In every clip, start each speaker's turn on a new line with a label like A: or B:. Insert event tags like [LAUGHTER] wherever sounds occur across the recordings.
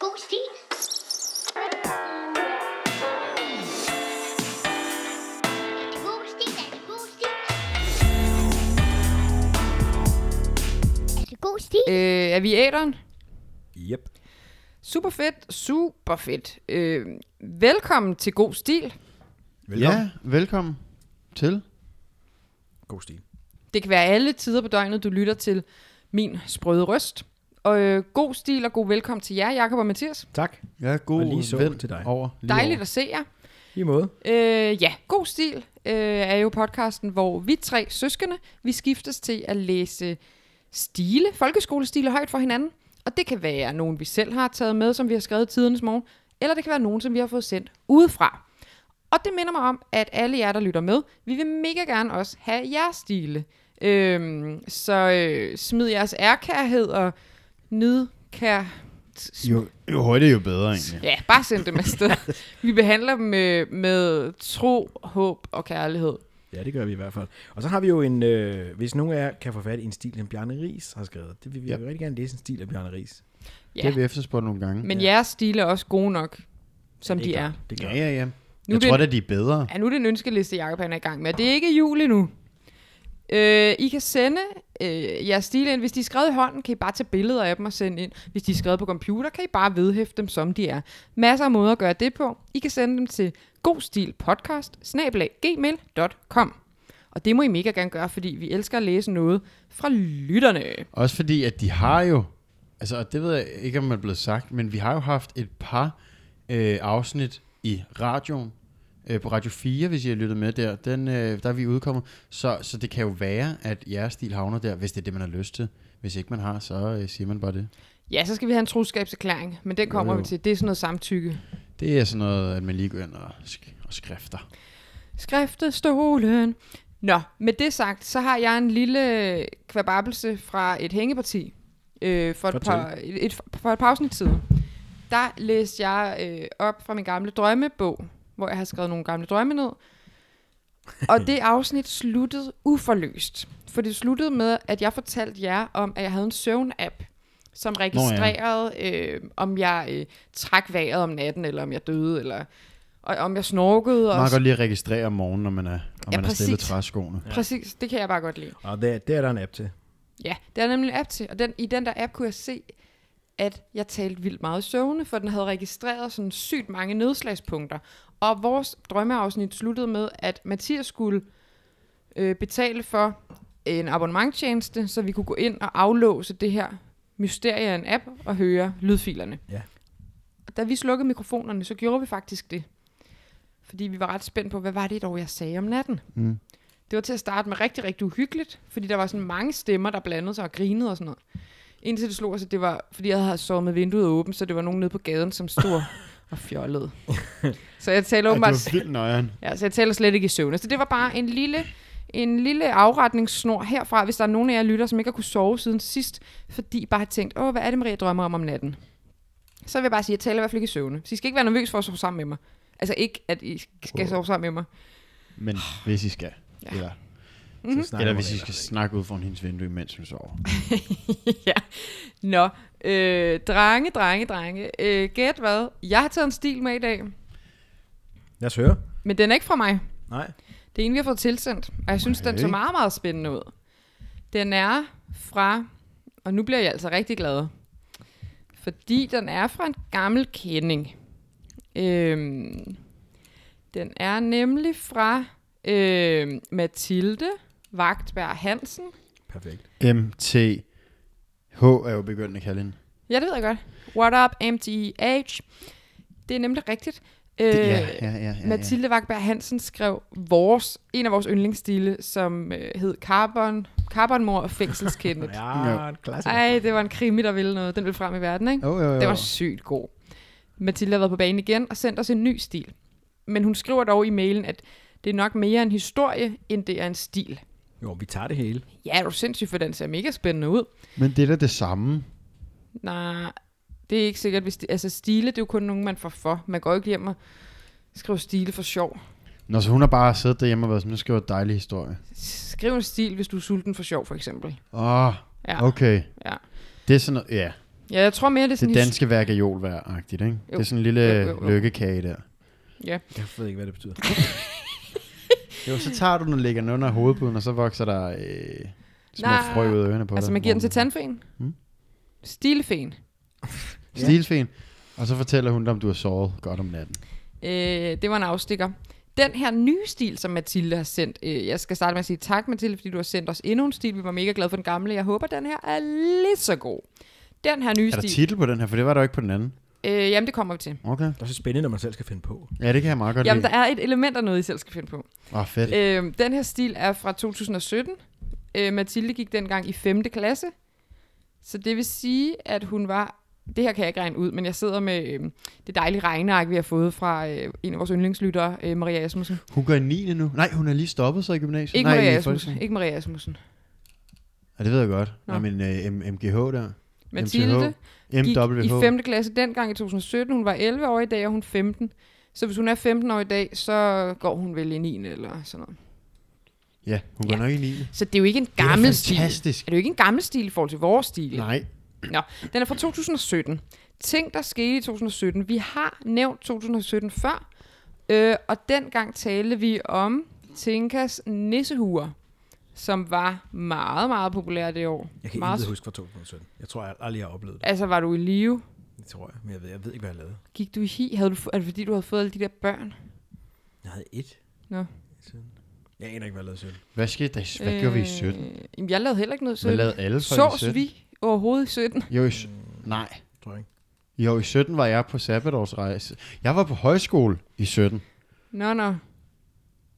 A: Boosty. God stil.
B: Øh, er vi i æderen?
C: Yep.
B: Super fedt, super fedt. Øh, velkommen til God Stil.
C: Velkommen.
D: Ja, velkommen til.
C: God stil.
B: Det kan være alle tider på døgnet, du lytter til min sprøde røst. Og øh, god stil og god velkommen til jer, Jakob og Mathias.
C: Tak.
D: Ja, god
C: Og lige så
D: ven
C: til dig.
D: Over, lige
B: Dejligt
D: Over.
B: at se jer.
C: I måde.
B: Øh, ja, god stil øh, er jo podcasten, hvor vi tre søskende, vi skiftes til at læse stile, folkeskolestile højt for hinanden. Og det kan være nogen, vi selv har taget med, som vi har skrevet i tidens morgen, eller det kan være nogen, som vi har fået sendt udefra. Og det minder mig om, at alle jer, der lytter med, vi vil mega gerne også have jeres stile. Øhm, så øh, smid jeres ærkærhed og nidkær...
D: Jo, jo højere, jo bedre egentlig.
B: Ja, bare send dem afsted.
D: [LAUGHS]
B: Vi behandler dem med, med tro, håb og kærlighed.
C: Ja, det gør vi i hvert fald. Og så har vi jo en, øh, hvis nogen af jer kan få fat i en stil, som Bjarne Ries har skrevet. Det vil vi
D: Ja.
C: yep. rigtig gerne læse en stil af Bjarne Ries.
B: Ja.
D: Det har vi efterspurgt nogle gange.
B: Men ja. jeres stile er også gode nok, som
C: det
B: de er.
C: klart. Det gør.
D: ja,
C: Ja, ja.
D: ja, ja.
B: Nu
D: jeg
B: vil-
D: tror da, de er bedre.
B: Ja, nu er det en ønskeliste, Jacob han er i gang med. og Det er ikke jul endnu. Øh, I kan sende øh, jeres stile ind. Hvis de er skrevet i hånden, kan I bare tage billeder af dem og sende ind. Hvis de er skrevet på computer, kan I bare vedhæfte dem, som de er. Masser af måder at gøre det på. I kan sende dem til godstilpodcast.gmail.com Og det må I mega gerne gøre, fordi vi elsker at læse noget fra lytterne.
D: Også fordi, at de har jo, altså og det ved jeg ikke, om man er blevet sagt, men vi har jo haft et par øh, afsnit i radioen, øh, på Radio 4, hvis I har lyttet med der, den, øh, der er vi udkommet, så, så det kan jo være, at jeres stil havner der, hvis det er det, man har lyst til. Hvis ikke man har, så øh, siger man bare det.
B: Ja, så skal vi have en troskabserklæring, men den kommer
D: Jo, jo.
B: vi til. Det er sådan noget samtykke.
D: Det er sådan noget, at man lige går ind og, sk- og skrifter.
B: Skriftestolen. Nå, med det sagt, så har jeg en lille kvababelse fra et hængeparti øh, for, et
C: Fortæl.
B: par, et, et, for et par afsnit siden. Der læste jeg øh, op fra min gamle drømmebog, hvor jeg har skrevet nogle gamle drømme ned. Og det afsnit sluttede uforløst. For det sluttede med, at jeg fortalte jer om, at jeg havde en søvn-app, som registrerede, øh, om jeg øh, trak vejret om natten, eller om jeg døde, eller og, om jeg snorkede. og
D: Man kan godt lige at registrere om morgenen, når man er, om
B: Ja,
D: man er stille ved
B: præcis.
D: træskoene. Ja.
B: Præcis, det kan jeg bare godt lide.
C: Og der, der er der en app til.
B: Ja, det er nemlig en app til, og den, i den der app kunne jeg se, at jeg talte vildt meget i søvne, for den havde registreret sådan sygt mange nedslagspunkter. Og vores drømmeafsnit sluttede med, at Mathias skulle øh, betale for en abonnementtjeneste, så vi kunne gå ind og aflåse det her mysterie af en app og høre lydfilerne.
C: Ja.
B: Og Da vi slukkede mikrofonerne, så gjorde vi faktisk det. Fordi vi var ret spændt på, hvad var det dog, jeg sagde om natten?
D: Mm.
B: Det var til at starte med rigtig, rigtig uhyggeligt, fordi der var sådan mange stemmer, der blandede sig og grinede og sådan noget. Indtil det slog os, at det var, fordi jeg havde sovet med vinduet åbent, så det var nogen nede på gaden, som
D: [LAUGHS]
B: stod og fjollede. så jeg taler
D: Ej, det
B: åbenbart...
D: var vildt nøjeren.
B: Ja, så jeg taler slet ikke i søvn. Så det var bare en lille, en lille afretningssnor herfra, hvis der er nogen af jer lytter, som ikke har kunne sove siden sidst, fordi I bare har tænkt, åh, hvad er det, Maria drømmer om om natten? Så vil jeg bare sige, at jeg taler i hvert fald ikke i søvne. Så I skal ikke være nervøs for at sove sammen med mig. Altså ikke, at I skal sove sammen med mig.
D: Men
B: Ah.
D: hvis I skal. Ja. Eller,
B: Mhm.
C: Mm-hmm. Så
D: eller hvis I skal snakke ud foran hendes vindue, mens hun sover.
B: ja. Nå, øh, drenge, drenge, drenge. Øh, gæt hvad? Jeg har taget en stil med i dag,
C: Lad os høre.
B: men den er ikke fra mig.
C: Nej.
B: Det er en, vi har fået tilsendt, og jeg synes, den så
D: Okay.
B: meget, meget spændende ud. Den er fra, og nu bliver jeg altså rigtig glad, fordi den er fra en gammel kending. Øhm, den er nemlig fra øhm, Mathilde Vagtberg Hansen.
C: Perfekt.
D: MTH er jo begyndt at kalde hende.
B: Ja, det ved jeg godt. What up, MTH? Det er nemlig rigtigt. Øh,
D: ja, ja, ja.
B: Mathilde Vagberg Hansen skrev vores, en af vores yndlingsstile, som øh, hed Carbon, Carbonmor og
D: [LAUGHS]
B: Fængselskendet.
C: Ja, en klassiker.
B: Ej, det var en krimi, der ville noget. Den ville frem i verden, ikke?
D: Jo, jo, jo.
B: Det var sygt god. Mathilde har været på banen igen og sendt os en ny stil. Men hun skriver dog i mailen, at det er nok mere en historie, end det er en stil.
C: Jo, vi tager det hele.
B: Ja, er du sindssyg, for den ser mega spændende ud.
D: Men det er da det samme.
B: Nej, det er ikke sikkert. Hvis det, altså, stile, det er jo kun nogen, man får for. Man går jo ikke hjem og skriver stile for sjov.
D: Nå, så hun har bare siddet derhjemme og været sådan, nu skriver jeg en dejlig historie.
B: Skriv en stil, hvis du er sulten for sjov, for eksempel.
D: Åh, oh,
B: Ja.
D: okay.
B: Ja.
D: Det er sådan noget, ja.
B: Ja, jeg tror mere, det er sådan
D: Det
B: en
D: danske værk er jolvær-agtigt, ikke?
B: Jo.
D: Det er sådan en lille
B: Jo, jo, jo.
D: lykkekage der.
C: Jeg ved ikke, hvad det betyder.
D: Jo, så tager du den og lægger den under hovedpuden, og så vokser der øh, små
B: Nej.
D: frø ud af ørerne på dig.
B: Altså, man giver den til tandfen.
D: Mm.
B: Stilefen.
D: Stilfen. Og så fortæller hun dig, om du har sovet godt om natten.
B: Øh, det var en afstikker. Den her nye stil, som Mathilde har sendt, øh, jeg skal starte med at sige tak, Mathilde, fordi du har sendt os endnu en stil. Vi var mega glade for den gamle. Jeg håber, den her er lige så god. Den her nye
D: Er der
B: stil,
D: titel på den her? For det var der jo ikke på den anden.
B: øh, jamen det kommer vi til.
D: Okay.
C: Det er så spændende, når man selv skal finde på.
D: Ja, det kan jeg meget godt
B: Jamen,
D: lide.
B: der er et element af noget, I selv skal finde på.
D: Åh, oh, fedt.
B: Øh, den her stil er fra 2017. Øh, Mathilde gik dengang i 5. klasse. Så det vil sige, at hun var... Det her kan jeg ikke regne ud, men jeg sidder med øh, det dejlige regneark, vi har fået fra øh, en af vores yndlingslyttere, øh, Maria Asmussen.
D: Hun går i 9. nu. Nej, hun er lige stoppet så i gymnasiet.
B: Ikke,
D: Nej,
B: Maria
D: i
B: Asmussen.
D: folkeskolen.
B: ikke Maria Asmussen.
D: Ja, det ved jeg godt.
B: Nå.
D: Nå. men øh, M- MGH der.
B: Mathilde
D: MTH.
B: gik
D: MWH.
B: i 5. klasse dengang i 2017. Hun var 11 år i dag, og hun er 15. Så hvis hun er 15 år i dag, så går hun vel i 9. eller sådan noget.
D: Ja, hun går
B: Ja.
D: nok i 9.
B: Så det er jo ikke en
D: da
B: gammel stil.
D: fantastisk.
B: Er det jo ikke en gammel stil i forhold til vores stil?
D: Nej.
B: Nå, den er fra 2017. Ting, der skete i 2017. Vi har nævnt 2017 før, øh, og dengang talte vi om Tinkas nissehuer, som var meget, meget populære det år.
C: Jeg kan
B: meget,
C: ikke huske fra 2017. Jeg tror, jeg aldrig har oplevet det.
B: Altså, var du i live?
C: Det tror jeg. Men jeg ved, jeg ved ikke, hvad jeg lavede.
B: Gik du i hi? Havde du, fu- er det fordi, du havde fået alle de der børn?
C: Jeg havde et.
B: Nå.
C: Siden. Jeg aner ikke, hvad jeg lavede selv.
D: Hvad skete der? i- Hvad øh, gjorde vi i 17?
B: Jamen, jeg lavede heller ikke noget i 17.
D: Hvad lavede alle folk i
B: Sås
D: 17?
B: vi overhovedet i 17?
D: Jo, i, s- nej.
C: Tror jeg ikke.
D: Jo, i 17 var jeg på sabbatårsrejse. Jeg var på højskole i 17.
B: Nå, nå.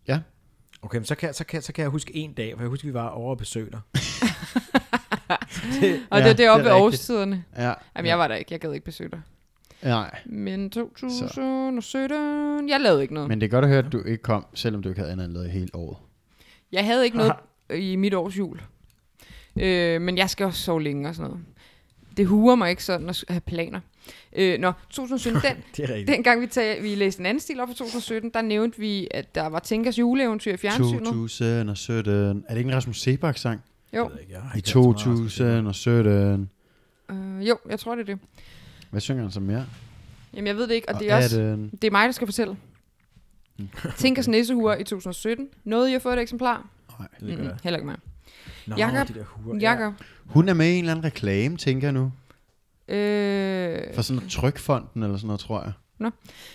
D: Ja.
C: Okay, men så kan, så, kan, så kan jeg huske en dag, for jeg husker, vi var over og besøgte dig. det,
B: Og
D: Ja,
B: ja, det, det
D: det
B: er
D: er
B: oppe ved
D: rigtigt.
B: årstiderne.
D: Ja.
B: Jamen, jeg var der ikke. Jeg gad ikke besøge dig.
D: Nej,
B: Men 2017... Jeg lavede ikke noget.
D: men det er godt at høre, at du ikke kom, selvom du ikke havde andet end lavet i hele året.
B: Jeg havde ikke noget i mit års jul. Øh, men jeg skal også sove længe og sådan noget. Det huer mig ikke sådan at s- have planer. Øh, nå, 2017, den,
C: [LAUGHS] det er rigtigt.
B: dengang vi, tag, vi læste en anden stil op fra 2017, der nævnte vi, at der var Tinkas juleeventyr i fjernsynet.
D: 2017. Er det ikke en Rasmus Sebak-sang?
B: Jo,
C: Jeg ved ikke, jeg har
D: I
C: ikke hørt så meget Rasmus Sebak.
D: 2017.
B: øh, jo, jeg tror, det er det.
D: Hvad synger han så mere?
B: Jamen, jeg ved det ikke, og det er også...
D: 18.
B: Det er mig, der skal fortælle. [LAUGHS] Tinkas nissehuer i 2017. Nåede I at få et eksemplar?
D: Nej.
C: Det gør
B: Mm-mm,
C: jeg.
B: heller ikke mig.
C: Nå,
B: Jakob.
C: de der huer. Ja.
B: Jakob,
D: Hun er med i en eller anden reklame, tænker jeg nu.
B: øh,
D: For sådan noget trykfonden eller sådan noget, tror jeg.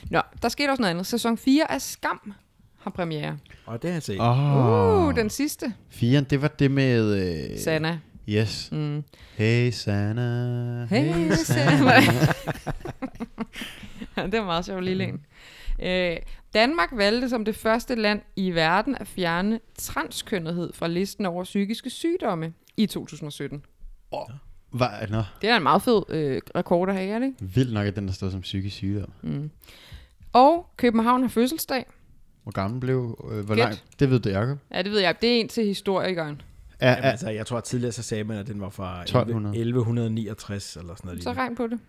B: Nå, der skete også noget andet. Sæson 4 af Skam har premiere.
C: Og det har jeg set.
D: Åh.
B: Uh,
D: Oh,
B: den sidste.
D: Firen, det var det med... Øh,
B: Sanna.
D: Yes.
B: Mm.
D: Hey, Sanna.
B: [LAUGHS] Hey, Sanna. Ja, det var meget sjovt lille en. Øh, Danmark valgte som det første land i verden at fjerne transkønnethed fra listen over psykiske sygdomme i 2017.
D: Var, nå,
B: Det er en meget fed øh, rekord at have, er det ikke?
D: vildt nok, at den der står som psykisk sygdom.
B: Og København har fødselsdag.
D: Hvor gammel blev... Øh, hvor
B: Gæt.
D: langt? Det ved du, Jacob.
B: Ja, det ved jeg. Det er en til historikeren.
D: Ja,
C: Jamen,
D: ja,
C: altså, jeg tror, at tidligere så sagde man, at den var fra
D: 1200.
C: 11- 1169 eller sådan noget.
B: Så
C: lignende.
B: regn på det.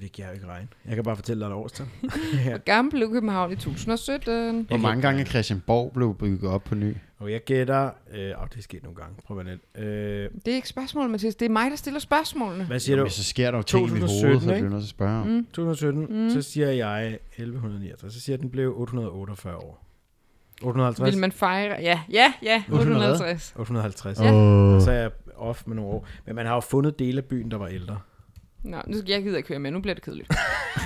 C: Det kan jeg jo ikke regne. Jeg kan bare fortælle dig et årstal.
B: Hvor gammel blev København i 2017?
D: hvor mange gange er Christianborg blev bygget op på ny?
C: Og jeg gætter... Øh, åh, det er sket nogle gange. Prøv at vende den. øh,
B: Det er ikke spørgsmål, Mathias. Det er mig, der stiller spørgsmålene.
C: Hvad siger
D: Jo,
C: du?
D: men så sker der jo ting i mit
C: 2017,
D: hoved, så
C: ikke?
D: bliver nødt til at spørge om. Mm.
C: 2017, mm. så siger jeg 1169. Så siger jeg, at den blev 848 år.
B: Vil
C: 850?
B: man fejre? Ja, ja, ja.
D: 800.
B: 850.
C: 850.
B: Ja.
C: Og
D: Oh.
C: så er jeg off med nogle år. Men man har jo fundet dele af byen, der var ældre.
B: Nå, nu skal jeg gider ikke køre med. Nu bliver det kedeligt.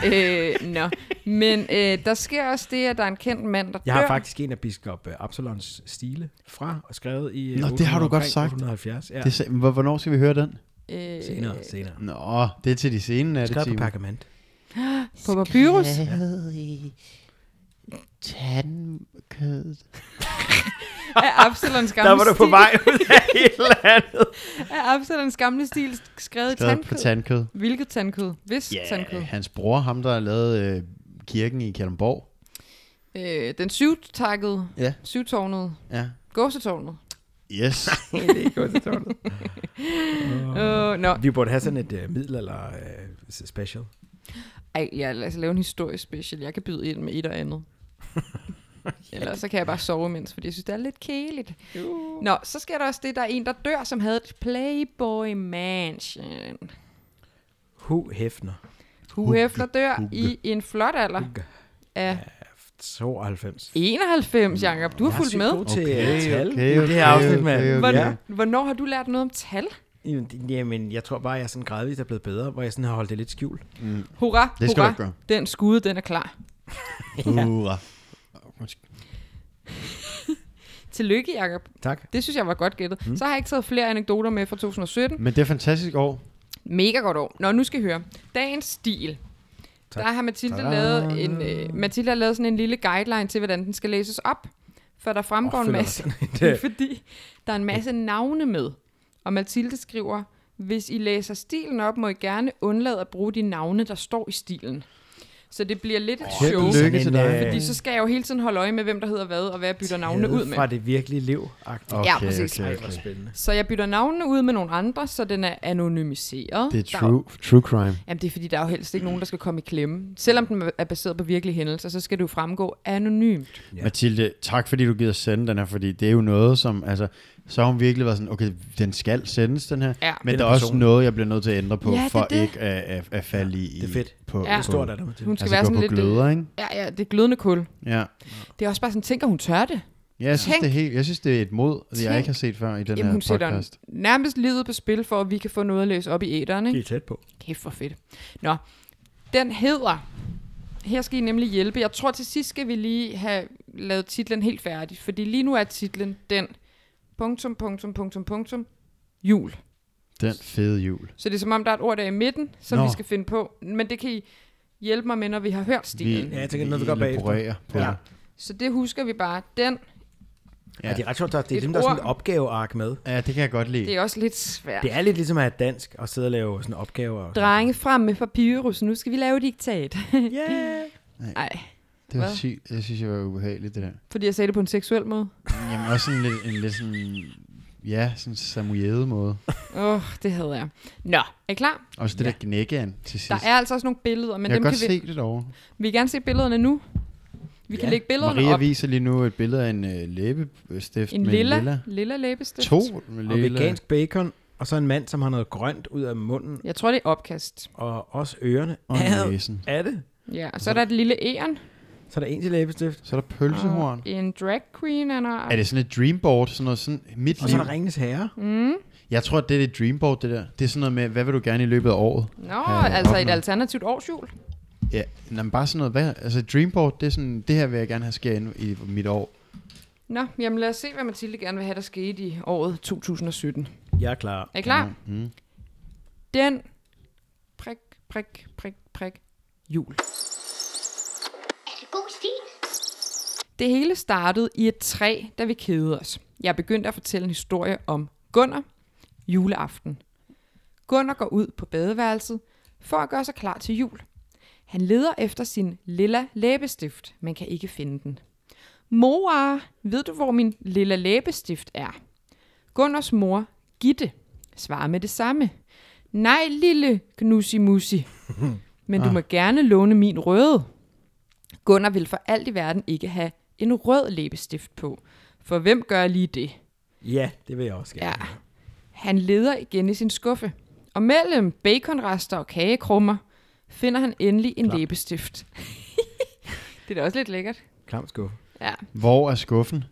B: [LAUGHS] øh, nå. Men øh, der sker også det, at der er en kendt mand, der
C: Jeg har
B: dør.
C: faktisk en af biskop øh, Absalons stile fra og skrevet i øh,
D: Nå, det har du
C: 800
D: godt
C: omkring
D: sagt.
C: 870. Ja.
D: Det, er sa- hvor- hvornår skal vi høre den?
B: Øh,
C: senere, senere.
D: Nå, det er til de scenen af det,
C: Skrevet på
D: Simon.
C: pergament.
B: På Papyrus.
D: Skrevet i tandkødet.
B: Af Absalons gamle
C: Der var du på
B: stil-
C: vej ud
D: [LAUGHS]
C: af et eller andet.
B: Af Absalons gamle stil skrevet i
D: Skrevet på
B: tandkød.
D: tandkød.
B: Hvilket tandkød? Hvis yeah. tandkød.
D: hans bror, ham der har lavet øh, kirken i Kalundborg.
B: Øh, den syvtakkede,
D: Ja.
B: syvtårnede,
D: Ja.
B: gåsetårnet.
C: [LAUGHS]
D: Yes.
C: det er godt, det
B: Åh, nå.
C: Vi burde have sådan et uh, middelalder uh, special.
B: Ej, ja, lad os lave en historisk special. Jeg kan byde ind med et og andet. Ellers så kan jeg bare sove imens, fordi jeg synes, det er lidt kæligt. Uh. Nå, så sker der også det, der er en, der dør, som havde et Playboy Mansion.
C: Hu Hefner.
B: Hu Hefner dør i en flot alder
C: Hugge.
B: af
C: 92.
B: 91, Jacob. Du har fulgt med.
C: Jeg er sygt god til
D: Okay,
C: okay, tal
D: okay,
C: okay, okay, i det her
D: okay,
C: afsnit, mand.
D: okay, okay.
C: Ja.
B: Hvornår, hvornår har du lært noget om tal?
C: Jamen, Jamen, jeg tror bare, jeg er sådan gradvist er blevet bedre, hvor jeg sådan har holdt det lidt skjult.
B: Hurra,
D: Det skal du
B: hurra.
D: ikke gøre.
B: Den skude, den er klar.
D: Hurra.
B: Tillykke, Jacob.
C: Tak.
B: Det synes jeg var godt gættet. Mm. Så har jeg ikke taget flere anekdoter med fra 2017.
D: Men det er et fantastisk år.
B: Mega godt år. Nå, nu skal I høre. Dagens stil.
C: Tak.
B: Der har Mathilde
D: Tada.
B: lavet, en, øh, Mathilde har lavet sådan en lille guideline til, hvordan den skal læses op. For der fremgår
C: Åh,
B: oh, en
C: føler
B: masse,
C: mig
B: [LAUGHS]
C: sådan- øh,
B: det.
C: Det-
B: er fordi der er en masse navne med. Og Mathilde skriver, hvis I læser stilen op, må I gerne undlade at bruge de navne, der står i stilen. Så det bliver lidt et
D: Held
B: show.
D: og lykke til
C: Sådan en,
D: dig.
C: øh,
B: Fordi så skal jeg jo hele tiden holde øje med, hvem der hedder hvad, og hvad jeg bytter navnene ud med.
C: Fra det virkelige liv. Okay.
B: Ja, præcis.
D: Okay,
C: Ej, hvor
D: okay.
C: spændende.
B: Så jeg bytter navnene ud med nogle andre, så den er anonymiseret.
D: Det er
B: Der
D: true, true crime.
B: Jamen det er fordi, der er jo helst ikke nogen, der skal komme i klemme. Selvom den er baseret på virkelige hændelser, så skal det jo fremgå anonymt.
D: Ja.
C: Ja.
D: Mathilde, tak fordi du gider sende den her, fordi det er jo noget, som, altså, så har hun virkelig været sådan, okay, den skal sendes, den her,
B: Ja.
D: men
C: Den
D: der er
C: person.
D: også noget, jeg bliver nødt til at ændre på,
B: Ja, det er
D: for
B: det.
D: ikke at, at, at falde i,
C: det er fedt.
D: på,
B: Ja.
D: på,
C: Hvor stort er der, Mathilde?
B: Hun skal
D: altså,
B: være
D: gå
B: sådan
D: på
B: lidt...
D: gløder, ikke?
B: Ja, ja, det er glødende kul.
D: Ja.
B: Det er også bare sådan, tænker hun tør det?
D: ja jeg, synes,
B: Tænk-
D: det er helt, jeg synes, det er et mod, det jeg
B: Tænk-
D: ikke har set før i den
B: Jamen hun
D: her
B: sætter
D: podcast.
B: nærmest livet på spil, for at vi kan få noget at læse op i æderen, ikke?
C: Det er tæt på.
B: Kæft for fedt. Nå, den hedder... Her skal I nemlig hjælpe. Jeg tror til sidst skal vi lige have lavet titlen helt færdig, fordi lige nu er titlen den... Punktum, punktum, punktum, punktum. Jul.
D: Den fede jul.
B: Så det er som om, der er et ord der i midten, som Nå.
D: Nå.
B: vi skal finde på. Men det kan I hjælpe mig med, når vi har hørt stilen. Vi...
C: Ja, jeg tænker, noget, vi gør bagefter.
D: elaborerer på
C: Ja.
D: det.
B: Så det husker vi bare. Den,
D: Ja.
C: Ja. det er ret sjovt, der- det
B: Et
C: er dem, der er sådan
B: ord.
C: et opgaveark med.
D: Ja, det kan jeg godt lide.
B: det er også lidt svært.
C: Det er lidt ligesom at have dansk og sidde og lave sådan opgaver. Og sådan.
B: Drenge frem med papyrus, nu skal vi lave diktat.
C: Yeah.
B: Nej,
D: Det var
B: Hvad?
D: sygt. Jeg synes, jeg var ubehageligt, det der.
B: fordi jeg sagde det på en seksuel måde.
D: Jamen også sådan lidt, en lidt sådan, ja, sådan samujede måde.
B: Åh, oh, det havde jeg. Nå, er I klar?
D: Også det ja. der gnækkean til sidst.
B: Der er altså også nogle billeder, men
D: jeg
B: dem
D: kan
B: kan
D: godt
B: vi...
D: se det derovre.
B: Vil I gerne se billederne nu? Vi ja. kan
C: Ja.
B: lægge billederne
D: Maria
B: op.
D: viser lige nu et billede af en øh, læbestift
B: En
D: med
B: lilla,
D: en lilla.
B: lilla, lilla læbestift.
D: To med
C: Og
D: lilla.
C: vegansk bacon, og så en mand, som har noget grønt ud af munden,
B: Jeg tror, det er opkast.
C: og også ørerne.
D: Og
C: Ad,
D: næsen.
C: Er det?
B: Ja, og så er der et lille æren.
C: Så er der en til læbestift,
D: Så er der pølsehorn.
B: En drag queen, han har.
D: Er det sådan et dreamboard? Sådan noget, sådan mit
C: og så
D: liv.
C: er der ringes herre.
B: Mm.
D: Jeg tror, det er det dreamboard, det der. Det er sådan noget med, hvad vil du gerne i løbet af året?
B: Nå,
D: Have
B: altså et
D: opnået.
B: alternativt årsjul.
D: Ja, nej, men bare sådan noget. Hvad? Altså dreamboard, det er sådan, det her vil jeg gerne have sker inden i mit år.
B: Nå, jamen lad os se, hvad Mathilde gerne vil have, der skete i året 2017.
C: Jeg er klar.
B: Er I klar?
D: Mm.
B: Den prik, prik, prik, prik, jul.
A: Er det god stil?
B: Det hele startede i et træ, da vi kedede os. Jeg begyndte at fortælle en historie om Gunnar juleaften. Gunnar går ud på badeværelset for at gøre sig klar til jul. Han leder efter sin lilla læbestift, men kan ikke finde den. Mor, ved du, hvor min lilla læbestift er? Gunners mor, Gitte, svarer med det samme. Nej, lille knusimusi, men du må gerne låne min røde. Gunnar vil for alt i verden ikke have en rød læbestift på. For hvem gør lige det?
C: Ja, det vil jeg også gerne.
B: Ja. Han leder igen i sin skuffe. Og mellem baconrester og kagekrummer finder han endelig en Klar. læbestift. [LAUGHS] det er da også lidt lækkert.
C: Klam skuffe.
B: Ja.
D: Hvor er skuffen?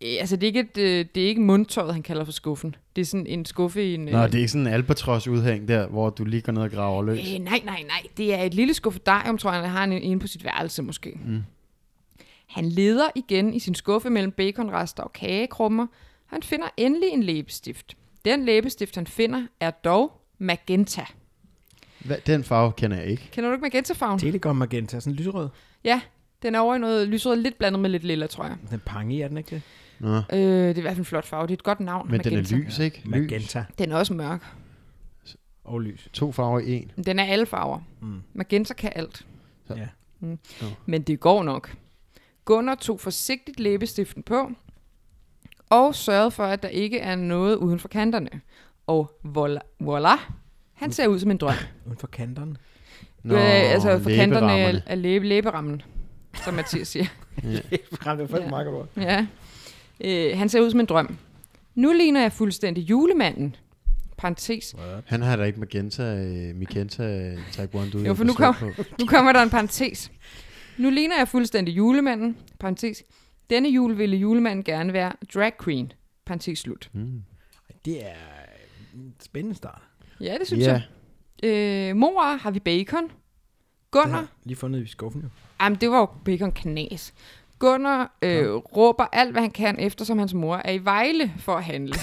B: Øh, Altså, det er ikke, et, øh, det er ikke mundtøjet, han kalder for skuffen. Det er sådan en skuffe i en... øh,
D: Nå, det er ikke sådan en albatros-udhæng der, hvor du lige går ned og graver løs.
B: Øh, nej, nej, nej. Det er et lille skuffedarium, tror jeg, han har en, en på sit værelse måske. Mm. Han leder igen i sin skuffe mellem baconrester og kagekrummer. Han finder endelig en læbestift. Den læbestift, han finder, er dog magenta.
D: Hva, den farve kender jeg ikke.
B: Kender du ikke magentafarven?
C: Telekom Magenta, sådan lyserød.
B: Ja, den er over i noget lyserød, lidt blandet med lidt lilla, tror jeg.
C: Den pange er den ikke det?
D: Nå. Men
B: Øh, det er i hvert fald en flot farve. Det er et godt navn,
D: den
B: magenta.
D: er lys, ikke? Lys.
C: Magenta
B: Den er også mørk.
C: og lys.
D: To farver i en.
B: Men Den er alle farver. Mm. Magenta kan alt. Mm.
C: Ja.
B: Men det går nok. Gunnar tog forsigtigt læbestiften på, og sørgede for, at der ikke er noget uden for kanterne. Og voila, voila han ser ud som en drøm.
C: Uden for kanterne. [LAUGHS]
D: Nå,
B: øh, altså for kanterne af,
D: læberammerne.
B: af læbe, læberammen, som Mathias siger. [LAUGHS]
C: Frem, det er
B: Ja.
C: ja. meget godt.
B: Ja. Øh, han ser ud som en drøm. Nu ligner jeg fuldstændig julemanden. parentes.
D: Han har da ikke Magenta, øh, Mikenta, øh, Taekwondo.
B: Jo, for nu
D: forstå
B: kommer-
D: på.
B: Nu kommer der en parentes. Nu ligner jeg fuldstændig julemanden. Parentes. Denne jul ville julemanden gerne være drag queen. Parentes slut.
D: Mm.
C: Det er øh, en spændende start.
B: Ja, det [LAUGHS] synes
D: Ja,
B: jeg. Øh, mor har vi bacon.
C: Den
B: Gunnar
C: har jeg lige fundet i skuffen jo.
B: Jamen, det var jo bacon knas. Gunnar øh, råber alt, hvad han kan, eftersom hans mor er i Vejle for at
D: [LAUGHS]
B: handle.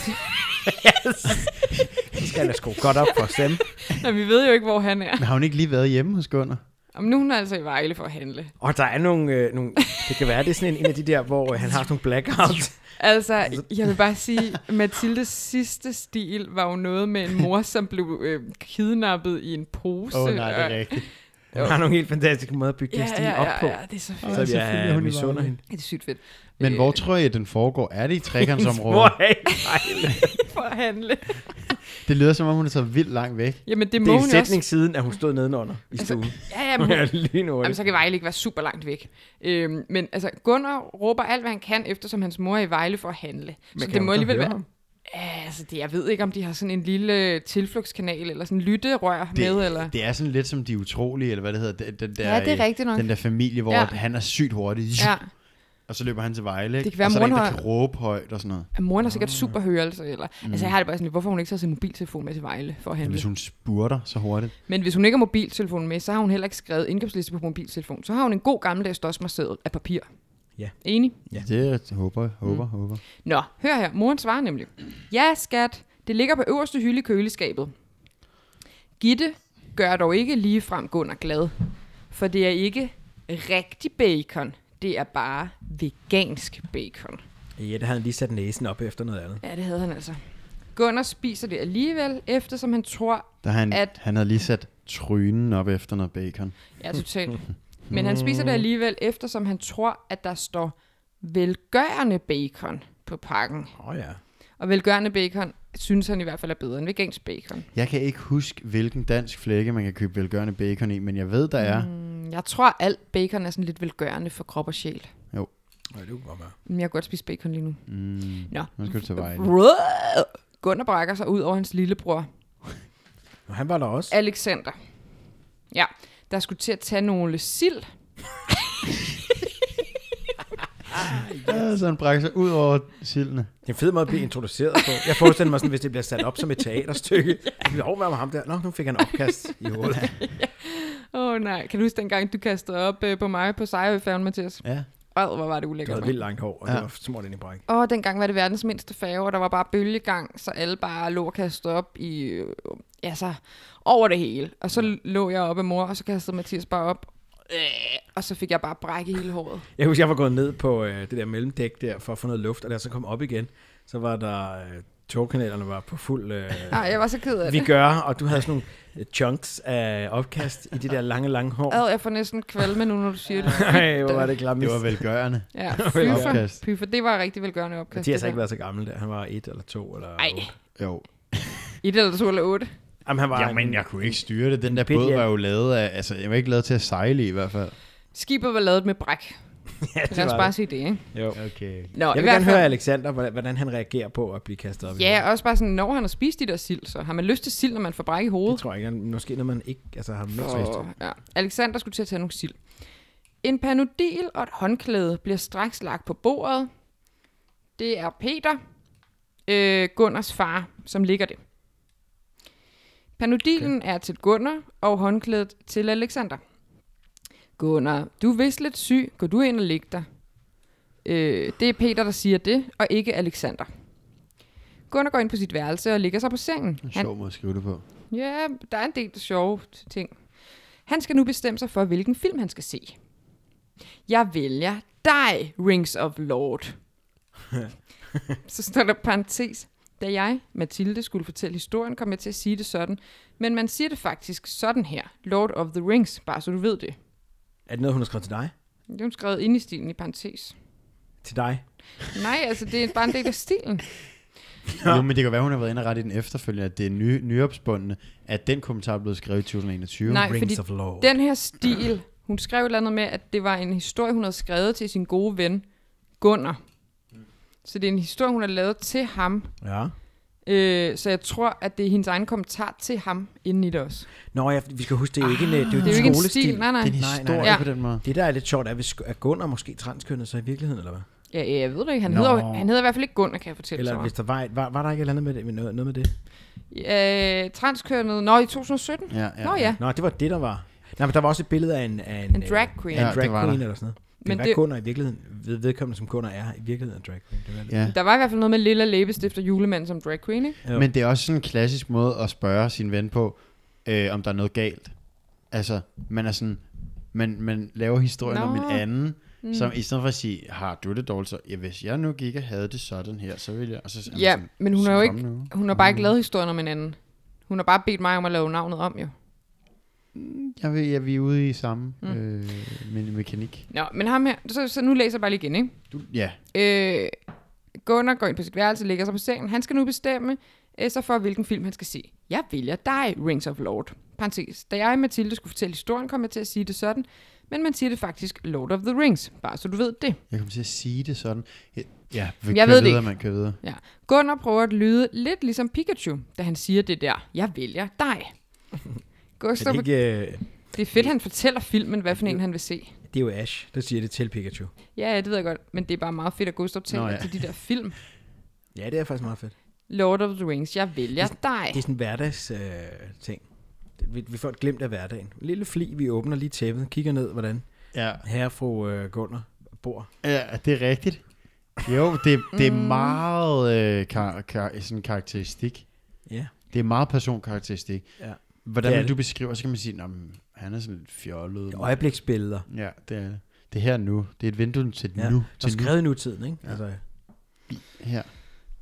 C: Så skal jeg skrue godt op for stemme.
B: Nå, vi ved jo ikke, hvor han er.
D: men har hun ikke lige været hjemme hos Gunnar?
B: Jamen, nu er hun altså i Vejle for at handle.
C: Og der er nogle, øh, nogle... Det kan være, det er sådan en, en af de der, hvor øh, han har sådan nogle blackouts.
B: Altså, jeg vil bare sige, Mathildes sidste stil var jo noget med en mor, som blev øh, kidnappet i en pose.
D: Åh oh, nej, det
B: og-
D: er rigtigt.
C: Han har nogle helt fantastiske måder at bygge
B: Ja,
C: den stil
B: ja,
C: op på.
B: ja, ja, det er så fedt.
D: Åh,
C: Så vi
D: selvfølgelig er
C: er
D: hun i
C: misunder
D: Vejle.
C: hende.
B: Det er sygt fedt.
D: Men
B: Øh,
D: hvor tror I, den foregår?
B: [LAUGHS]
D: Er det i
C: Mor
D: trekantsområdet?
C: er i Vejle.
B: For at handle.
D: Det lyder som om, hun er så vildt langt væk.
B: Jamen, det
C: Det
B: må
C: er
B: hun jo
C: en sætning siden, at hun stod nedenunder i stuen.
B: også. Ja,
C: [LAUGHS]
B: ja, men hun,
C: Hun er lige nu.
B: Altså, Jamen, så kan Vejle ikke være super langt væk. Øhm, men altså, Gunnar råber alt, hvad han kan, eftersom hans mor er i Vejle for at handle. Men så det må alligevel være... Ja, altså, det, jeg ved ikke, om de har sådan en lille tilflugtskanal, eller sådan en lytterør
D: Det,
B: med, eller...
D: det er sådan lidt som de utrolige, eller hvad det hedder. Den, den der,
B: Ja, det er
D: øh,
B: rigtigt nok.
D: Den der familie, hvor
B: Ja.
D: ja. han er sygt hurtig.
B: Ja,
D: [LAUGHS] Og så løber han til Vejle. ikke?
B: Det kan være,
D: og så er der en, der
B: moren har-
D: kan råbe højt og sådan noget.
B: at moren har sikkert superhørelse, eller... Mm. Altså, jeg har det bare sådan, lidt, hvorfor har hun ikke tager sin mobiltelefon med til Vejle for at handle?
D: Hvis hun spurter så hurtigt.
B: Men hvis hun ikke har mobiltelefonen med, så har hun heller ikke skrevet indkøbsliste på mobiltelefon. Så har hun en god gammeldags dosmerseddel af papir.
C: Ja.
B: Enig?
D: Ja. Det håber jeg, håber, mm. håber.
B: Nå, hør her. Moren svarer nemlig. Ja, skat. Det ligger på øverste hylde i køleskabet. Gitte gør dog ikke lige frem Gunnar glad. For det er ikke rigtig bacon. Det er bare vegansk bacon.
C: Ja, der havde han lige sat næsen op efter noget andet.
B: Ja, det havde han altså. Gunnar spiser det alligevel, eftersom han tror,
D: Der har han,
B: At-
D: At... han havde lige sat trynen op efter noget bacon.
B: ja,
C: [LAUGHS]
B: totalt. Men
C: Mm.
B: han spiser det alligevel, eftersom han tror, at der står velgørende bacon på pakken.
C: Åh oh, ja.
B: Og velgørende bacon synes han i hvert fald er bedre end vegansk bacon.
D: Jeg kan ikke huske, hvilken dansk flække, man kan købe velgørende bacon i, men jeg ved, der er. Mm.
B: Jeg tror, alt bacon er sådan lidt velgørende for krop og sjæl.
C: Nå, det kunne godt være.
B: Men jeg kan godt spise bacon lige nu.
D: Mm.
B: Nå.
D: Nu skal du til Vejle.
B: Rød! Gunnar brækker sig ud over hans lillebror,
C: Nå, han var der også.
B: Alexander. Ja, der skulle til at tage nogle sild.
D: Ja, så han brækker sig ud over sildene.
C: Det er en fed måde at blive introduceret på. Jeg forestiller mig sådan, hvis det bliver sat op som et
B: [LAUGHS]
C: teaterstykke. Vi over med ham der. Nå, nu fik han opkast i hovedet.
B: Åh oh, nej, kan du huske dengang, du kastede op øh, på mig på Sejrøfærgen, Mathias?
D: Ja.
B: Åh, hvor var det
C: Det
B: ulækkert.
C: var
B: mand.
C: vildt langt hår, og det
D: Ja.
C: var smurt ind i bræk.
B: Åh, dengang var det verdens mindste færge, og der var bare bølgegang, så alle bare lå og kastede op i, øh, altså, over det hele. Og så lå jeg op af mor, og så kastede Mathias bare op, øh, og så fik jeg bare bræk i hele håret.
C: Jeg husker, jeg var gået ned på øh, det der mellemdæk der, for at få noget luft, og da jeg så kom op igen, så var der... Øh, togkanalerne var på fuld...
B: [LAUGHS]
C: Øh,
B: Ej, jeg var så ked af
C: vi
B: det.
C: gør, og du havde sådan nogle øh, chunks af opkast i det der lange, lange hår.
B: Ad, jeg får næsten kvalme nu, når du siger det.
C: [LAUGHS] Ej, hvor var det klamt.
D: Det var velgørende.
C: [LAUGHS]
B: Ja,
C: Velgørende
B: fyfer,
D: opkast.
B: fyfer, det var rigtig velgørende opkast.
C: Mathias har
B: det
C: ikke
B: der.
C: været så gammel der. Han var et eller to. Eller
B: Ej.
C: otte.
D: Jo.
B: Et eller to eller otte.
C: Jamen, han var
D: Jamen, jeg kunne
C: [LAUGHS]
D: ikke styre det. Den der
C: Bitte
D: båd
C: hjem.
D: var jo lavet af... Altså, jeg var ikke lavet til at sejle i, i hvert fald.
B: Skibet var lavet med bræk.
C: ja, det
B: Lad os
C: var
B: bare
C: det.
B: sige det, ikke?
C: Jo.
D: Okay.
B: Nå,
C: Jeg
B: i hvert
C: vil gerne høre
B: fald,
C: Alexander, hvordan, hvordan han reagerer på at blive kastet op. i hovedet.
B: Ja, også bare sådan, når han har spist de der sild, så har man lyst til sild, når man får bræk i hovedet.
C: Det tror jeg ikke. Han- Måske når man ikke altså, har mindst lyst til.
B: Og, ja. Alexander skulle til at tage nogle sild. En panodil og et håndklæde bliver straks lagt på bordet. Det er Peter, øh, Gunners far, som ligger det. Panodilen okay. er til Gunnar, og håndklædet til Alexander. Gunnar, du er vist lidt syg. Går du ind og læg dig? Øh, det er Peter, der siger det, og ikke Alexander. Gunnar går ind på sit værelse og ligger sig på sengen.
D: En
B: Han
D: sjov måde at skrive det på.
B: Ja, der er en del sjove t- ting. Han skal nu bestemme sig for, hvilken film han skal se. Jeg vælger dig, Rings of Lord. Så står der parentes. Da jeg, Mathilde, skulle fortælle historien, kom jeg til at sige det sådan. Men man siger det faktisk sådan her. Lord of the Rings, bare så du ved det.
C: Er det noget, hun har skrevet til dig?
B: Det er hun skrevet ind i stilen i parentes.
C: Til dig?
B: Nej, altså det er bare en del af stilen.
D: [LAUGHS] Jo, men det kan være, hun har været inde og rette i den efterfølgende, at det er ny, nyopspundende, at den kommentar blev skrevet i 2021.
B: Nej,
C: Rings
B: fordi
C: of Lord.
B: den her stil, hun skrev et eller andet med, at det var en historie, hun havde skrevet til sin gode ven, Gunnar. Så det er en historie, hun har lavet til ham,
C: Ja.
B: Øh, så jeg tror, at det er hendes egen kommentar til ham inden i det også.
C: Nå, ja, vi skal huske, det er jo ikke en, øh, det er jo
B: Ah. Det er jo ikke en
C: skolestil.
B: stil, nej nej.
D: Det er en
C: nej, nej.
D: historie
B: Ja.
D: på den måde.
C: Det, der er lidt sjovt, er, hvis er Gunnar måske transkønnet så i virkeligheden, eller hvad?
B: Ja, ja, jeg ved det ikke. Han,
D: Nå.
B: hedder, jo- han hedder i hvert fald ikke Gunnar, kan jeg fortælle
C: Eller
B: så
C: hvis
B: meget.
C: der var, et, var, var der ikke et eller andet med det, med noget, noget med det?
B: Øh, transkønnet, nå i 2017?
D: Ja, ja,
B: nå ja,
C: Nå, det var det, der var. Nej, men der var også et billede af en... Af en,
B: en
C: øh,
B: drag queen.
C: af
D: Ja,
C: en drag
D: det var
C: queen
D: der.
C: eller sådan noget. Det
B: Men
C: er, hvad
B: det-
C: kunder i virkeligheden, ved, vedkommende som kunder er i virkeligheden en drag queen. Det er vel-
D: ja.
B: Der var i hvert fald noget med lilla læbestift og julemand som drag queen, ikke?
C: Jo.
D: Men det er også sådan en klassisk måde at spørge sin ven på, øh, om der er noget galt. Altså, man er sådan, man, man laver historien
B: Nå.
D: om en anden, mm. som i stedet for at sige, har du det dårligt, så ja, hvis jeg nu gik og havde det sådan her, så ville jeg... Og så, er man
B: Ja,
D: sådan,
B: men hun
D: "Så
B: har jo
D: kom
B: ikke,
D: nu." Mm.
B: hun har bare ikke lavet historien om en anden. Hun har bare bedt mig om at lave navnet om, jo.
D: Jeg ved, ja, vi er ude i samme mm. øh, me- mekanik.
B: Nå, men ham her, så, så nu læser jeg bare lige igen, ikke?
D: Du, ja,
B: Øh, Gunnar går ind på sit værelse, lægger sig på sengen. Han skal nu bestemme øh, sig for, hvilken film han skal se. Jeg vælger dig, Rings of Lord. Parenthes. Da jeg og Mathilde skulle fortælle historien, kom jeg til at sige det sådan, men man siger det faktisk Lord of the Rings, bare så du ved det.
D: jeg kommer til at sige det sådan. Ja, ja vi
B: Jeg
D: kører
B: ved det
D: videre,
B: ikke.
D: man kører videre.
B: Ja. Gunnar prøver at lyde lidt ligesom Pikachu, da han siger det der, jeg vælger dig.
C: Er
B: Gustav,
C: det,
B: det,
C: ikke, øh,
B: det er fedt, han fortæller filmen, hvad for en han vil se.
C: det er jo Ash, der siger det til Pikachu.
B: Ja, ja, det ved jeg godt, men det er bare meget fedt, at Gustav taler
D: Nå, ja.
B: til de der film.
C: Ja, det er faktisk meget fedt.
B: Lord of the Rings, jeg vælger dig.
C: Det er sådan en hverdags øh, ting. Det- Vi, vi får et glimt af hverdagen. En lille fli, vi åbner lige tæppet, kigger ned, hvordan
D: Ja,
C: herre og fru øh, Gunnar bor.
D: ja det er rigtigt. Jo, det, det
B: Mm.
D: er meget øh, kar- kar- sådan karakteristik.
C: Ja.
D: Det er meget personkarakteristik.
C: Ja.
D: Hvordan
C: Det er
D: vil
C: det.
D: du beskrive, så kan man sige, at han er sådan lidt fjollet.
C: Øjebliksbilleder.
D: Ja, det er det. Det er her nu. Det er et vindue til
C: Ja.
D: ja. nu.
C: Der
D: Til
C: er skrevet i nutiden, ikke? Ja. Altså,
D: nu. Her.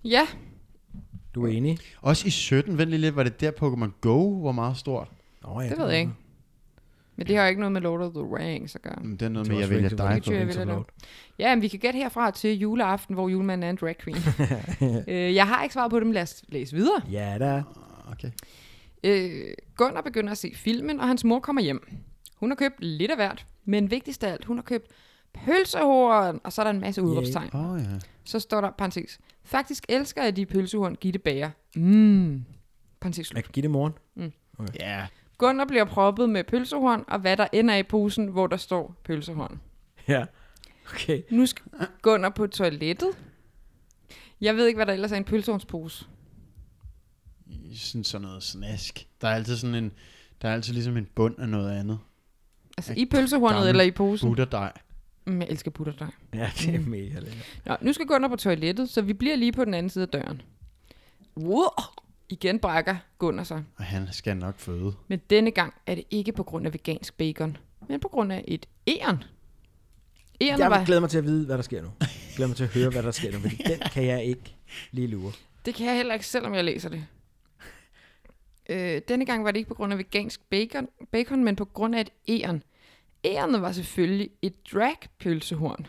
B: Ja,
C: du er enig?
D: Også i 17, vent lige lidt, var det der Pokémon Go var meget stort?
C: Nå, ja,
B: det ved jeg ikke. Men det har jo ikke noget med Lord of the Rings at gøre.
D: Mm, Det er noget
C: Det
D: med,
C: var
D: jeg
C: også
D: vælger
C: vigtigt, hvor
D: dig.
B: vigtigt, jeg
D: på.
B: vælger dig. Ja, men vi kan gætte herfra til juleaften, hvor julemanden er en drag [LAUGHS] queen. øh, jeg har ikke svaret på det, men lad os læse videre.
C: Ja, der er-
D: Okay.
B: Øh, Gunnar begynder at se filmen, og hans mor kommer hjem. Hun har købt lidt af hvert, men vigtigst af alt, hun har købt pølsehorn, og så er der en masse udråbstegn.
D: Åh oh, ja.
B: Så står der, parentes, faktisk elsker jeg de pølsehorn, Gitte bager. Mmm, parentes
C: Jeg
B: slut.
C: kan give det i morgen. [LAUGHS]
D: Ja.
B: Gunnar bliver proppet med pølsehorn, og hvad der ender i posen, hvor der står pølsehorn.
C: Ja. Okay.
B: Nu skal Gunnar på toilettet. Jeg ved ikke, hvad der ellers er i en pølsehornspose.
D: Sådan, sådan noget snask. Der er altid sådan en... Der er altid ligesom en bund af noget andet.
B: Altså i pølsehornet
D: Gammel
B: eller i posen.
D: Butterdej.
B: Mm, jeg elsker butterdej.
C: Ja, det er
B: Mm.
C: mega lækkert.
B: Nå, nu skal Gunnar på toilettet, så vi bliver lige på den anden side af døren. Wow! Igen brækker Gunnar sig.
D: Og han skal nok føde.
B: Men denne gang er det ikke på grund af vegansk bacon, men på grund af et æren. Æren
C: Jeg
B: var...
C: glæder mig til at vide, hvad der sker nu. Jeg glæder mig til at høre, hvad der sker nu, fordi den kan jeg ikke lige lure.
B: Det kan jeg heller ikke, selvom jeg læser det. Øh, denne gang var det ikke på grund af vegansk bacon, bacon men på grund af et æren. Æren var selvfølgelig et drag-pølsehorn.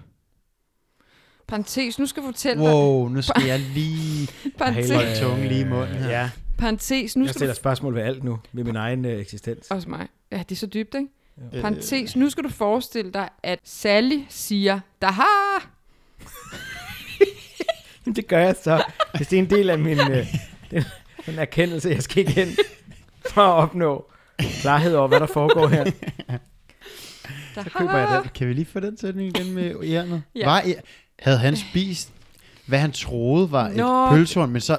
B: Parentes, nu skal jeg fortælle dig.
D: Wow, nu skal jeg lige...
B: Parentes,
D: Haløj. Helt tunge lige i munden her.
C: Øh, Ja.
B: parentes, nu
C: Jeg
B: skal du
C: stiller spørgsmål ved alt nu, ved min egen øh,
B: [LAUGHS]
C: eksistens.
B: Også mig. Ja, det er så dybt, ikke? Ja. Parentes, nu skal du forestille dig, at Sally siger, Daha!
C: Det gør jeg så. Hvis det er en del af min øh, [LAUGHS] den, den erkendelse, jeg skal igen for at opnå klarhed over, hvad der foregår her.
B: Daha!
C: køber jeg den.
D: Kan vi lige få den sætning igen med ærnet?
B: Ja.
D: [LAUGHS] ja. var, æ- havde han spist, hvad han troede var
B: Nå.
D: et pølsehorn, men så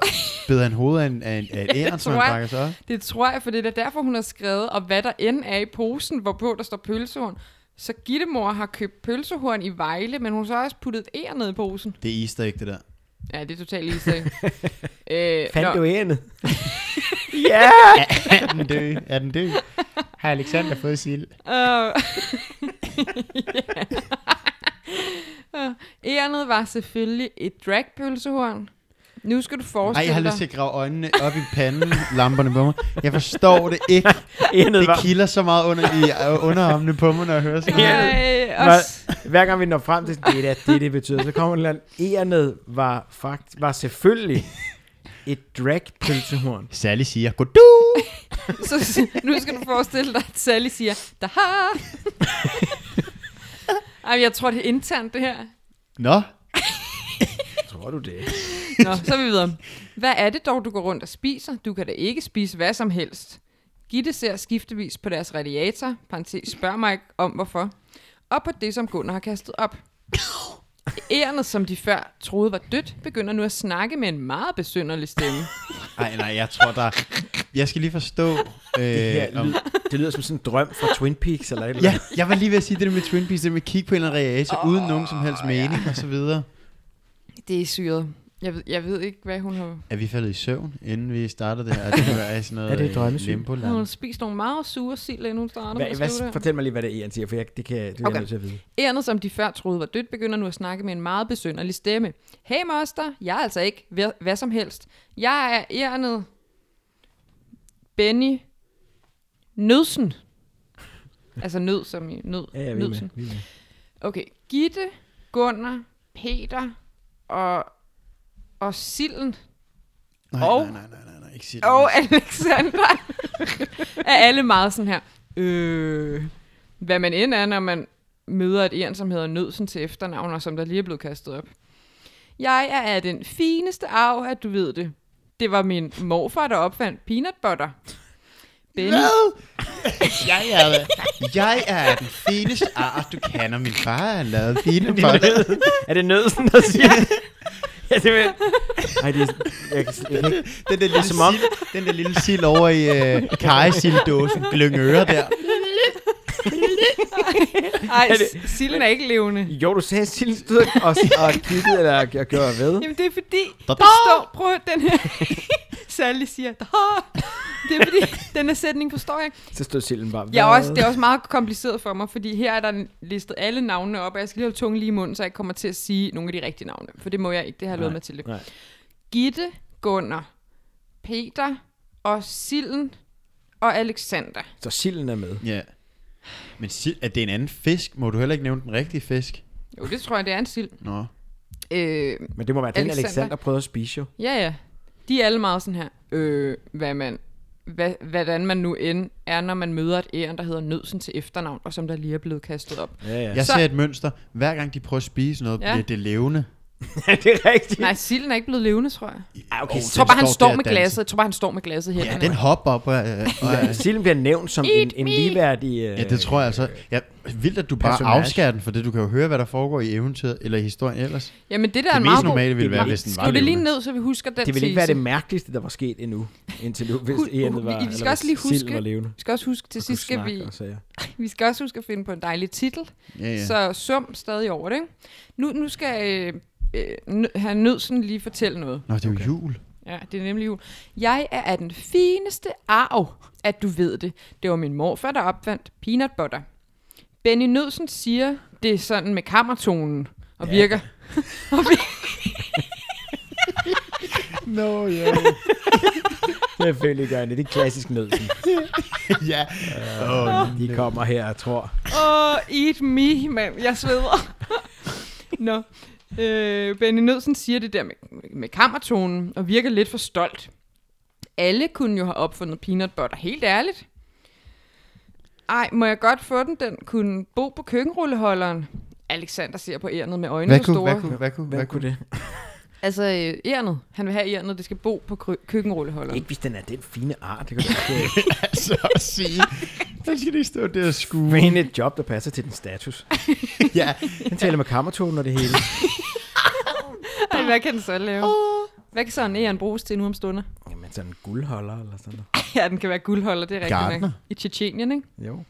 D: bed han hovedet af, en, af, en, af [LAUGHS] et æren, som
B: tror
D: han
B: jeg.
D: pakker sig op?
B: Det tror jeg, for det er da derfor, hun har skrevet, og hvad der end er i posen, hvorpå der står pølsehorn. Så Gittemor har købt pølsehorn i Vejle, men hun har så også puttet ær ned i posen.
D: Det er Easter ikke det der.
B: Ja, det er totalt ligesag.
C: [LAUGHS]
B: øh,
C: Fandt
B: nå,
C: du
B: [LAUGHS]
C: ærendet? ja!
D: Er den død? Er den død? Har Alexander fået sild?
B: Øh, [LAUGHS] Ja. Ærenet var selvfølgelig et dragpølsehorn. Nu skal du
D: Nej,
B: forestille
D: jeg har
B: dig...
D: lyst til at grave øjnene op i panden, lamperne på mig. Jeg forstår [LAUGHS] det ikke.
C: Ærendet
D: Det
C: var,
D: kilder så meget under, i underarmene på mig, når jeg hører sådan noget.
B: Ej,
C: var,
B: også,
C: hver gang vi når frem til sådan, det, er da det, det betyder, så kommer en eller anden, ærendet var, fakt, var selvfølgelig et drag-pølsehorn.
D: Sally siger, goddag!
B: så, så- [LAUGHS] nu skal du forestille dig, at Sally siger, Daha!
D: [LAUGHS]
B: Ej, men jeg tror, det er internt, det her.
D: Nå,
C: Jeg tror Tror du det?
B: Nå, så er vi videre. Hvad er det dog, du går rundt og spiser? Du kan da ikke spise hvad som helst. Gitte ser skiftevis på deres radiator, parentes spørg mig ikke om hvorfor, og på det, som Gunnar har kastet op. Ærnet, som de før troede var dødt, begynder nu at snakke med en meget besynderlig stemme.
D: Nej, nej, jeg tror, der... Jeg skal lige forstå... Øh,
C: Det, her,
D: om,
C: lyder, det lyder som sådan en drøm fra Twin Peaks eller et eller
D: ja,
C: andet.
D: jeg var lige ved at sige det der med Twin Peaks, det med at kigge på en eller anden reager, oh, uden nogen som helst mening og så videre.
B: Det er syret. Jeg ved, jeg ved ikke, hvad hun har...
D: Er vi faldet i søvn, inden vi starter det her?
C: [LAUGHS]
D: Er det, er sådan noget,
C: Er det et
D: øh,
C: drømmesyn?
D: Limboland?
B: Hun har spist nogle meget sure sild, inden hun startede med
C: Hvad,
B: at
C: hvad,
B: skrive det her.
C: fortæl mig lige, hvad det er, han siger, for jeg, det kan det er
B: Okay.
C: jeg nødt til at vide.
B: Ærnet, som de før troede var dødt, begynder nu at snakke med en meget besynderlig stemme. Hey moster, jeg er altså ikke hvad, hvad som helst. Jeg er Ærnet Benny Nødsen. Altså nød som i nød.
C: Ja, jeg er med.
B: nødsen.
C: vi er
B: [LAUGHS]
C: med.
B: Okay, Gitte, Gunnar, Peter og, og Silden
D: Nej,
B: Og-
D: nej, nej, nej, nej, nej, ikke sige det.
B: og Alexandra [LAUGHS] er alle meget sådan her. Øh, hvad man end er, når man møder et ærn, som hedder Nødsen til efternavn, og som der lige er blevet kastet op. Jeg er af den fineste arv, at du ved det. Det var min morfar, der opfandt peanut butter. Benny,
D: Hvad? [LAUGHS] jeg, er, jeg er den fineste art, du kender. Min far har lavet fine
C: Det er, nød, er det nødsen, der siger det? Ja, det er Nej, det er... Jeg, kan, jeg, kan ikke-
D: Den der lille,
C: Som om-
D: sild, den der lille sild over i øh, kajesildåsen, glyngøre der.
B: ej,
C: Er det-
B: Silden er ikke levende.
C: jo, du sagde Silden stod og, og kiggede, eller jeg gjorde ved.
B: Jamen, det er fordi,
D: Da,
B: der
D: da.
B: står, prøv at den her, [LAUGHS] Sally siger, da. det er fordi, den her sætning forstår jeg ikke.
C: Så stod Silden bare...
B: Jeg er også, det
C: "Hvad?"
B: er også meget kompliceret for mig, fordi her er der listet alle navnene op, og jeg skal lige holde tungen lige i munden, så jeg ikke kommer til at sige nogle af de rigtige navne, for det må jeg ikke, det har jeg lovet mig til.
C: nej.
B: Gitte, Gunnar, Peter og Silden og Alexander.
C: Så Silden er med.
D: Ja. Men sild, er det en anden fisk? Må du heller ikke nævne den rigtige fisk?
B: Jo, det tror jeg, det er en sild.
D: Nå.
B: Øh,
C: Men det må være den,
B: Alexander.
C: Alexander prøvede at spise jo.
B: ja, ja. De er alle meget sådan her, øh, hvad man, hvad, hvordan man nu end er, når man møder et æren, der hedder Nødsen til efternavn, og som der lige er blevet kastet op.
C: Ja, [LAUGHS] ja.
D: Jeg
B: Så-
D: ser et mønster. Hver gang de prøver at spise noget,
B: Ja.
D: bliver det levende.
C: det er rigtigt.
B: Nej, Silden er ikke blevet levende, tror jeg.
C: Ah, okay,
D: Åh,
C: så
B: Jeg tror bare, han
D: står
B: står
D: der
B: med
D: og danser.
B: glasset. Jeg tror bare, han står med glasset her.
D: Ja, den hopper
B: [LAUGHS]
D: op. Og, øh, og,
C: Ja, Silden bliver nævnt som en,
B: Eat
C: en
B: me.
C: ligeværdig... Øh,
D: ja, det tror jeg altså. Ja, vildt, at du bare
C: Personage.
D: afskærer den, for det du kan jo høre, hvad der foregår i eventyret eller i historien ellers.
B: Jamen, det der er
D: Det
B: en
D: mest
B: meget god...
D: normale ville være,
C: det-
D: hvis den var
B: Skriv det lige
D: levende.
B: ned, så vi husker den
C: Det ville ikke
B: tese.
C: være det mærkeligste, der var sket endnu, indtil nu, hvis
B: Hun-
C: ærendet
B: hun-
C: var...
B: vi skal
C: eller
B: også
C: hvis
B: lige
C: Silden
B: huske-
C: var levende.
B: Vi skal også huske, til
C: Og
B: sidst
C: kunne
B: skal vi,
C: snakke og sager.
B: vi skal også huske at finde på en dejlig titel.
D: Ja, ja.
B: Så sum stadig over det, ikke? Nu, nu skal øh, øh, nø- herr Nødsen lige fortælle noget.
D: Nå, det er jo jul.
B: Ja, det er nemlig jul. Jeg er af den fineste arv, at du ved det. Det var min morfar, der opfandt peanut butter. Benny Nødsen siger det er sådan med kammertonen og virker. og virker
D: Nå, ja.
C: [LAUGHS] Selvfølgelig gør han det. Det er klassisk [LAUGHS] nødsen.
D: [LAUGHS] ja. Åh,
C: De kommer her og tror...
B: Åh, oh, eat me, mand. Jeg sveder. [LAUGHS] Nå. Øh, Benny Nødsen siger det der med, med kammertonen, og virker lidt for stolt. Alle kunne jo have opfundet peanut butter, helt ærligt. Ej, må jeg godt få den? Den kunne bo på køkkenrulleholderen. Alexander ser på ærnet med øjnene for
D: Hvad kunne,
B: store.
D: hvad kunne, hvad kunne,
C: Hvad kunne det?
B: Altså, øh, ærnet. Han vil have ærnet, det skal bo på kø- køkkenrulleholderen.
C: Ikke hvis den er den fine art. Det
B: [LAUGHS]
C: kan du ikke øh,
D: så at sige? Den skal ikke stå der og skue.
C: finde et job, der passer til din
B: [LAUGHS]
C: status.
D: Ja,
C: Den taler med kammertonen og det hele.
B: Ej, hvad kan den så lave? Hvad kan sådan en æren bruges til nu om stunder? [LAUGHS]
C: Jamen sådan en guldholder eller sådan noget.
B: Ja, den kan være guldholder, det er rigtigt
D: Gartner.
B: nok. I Tjetjenien, ikke?
C: Jo.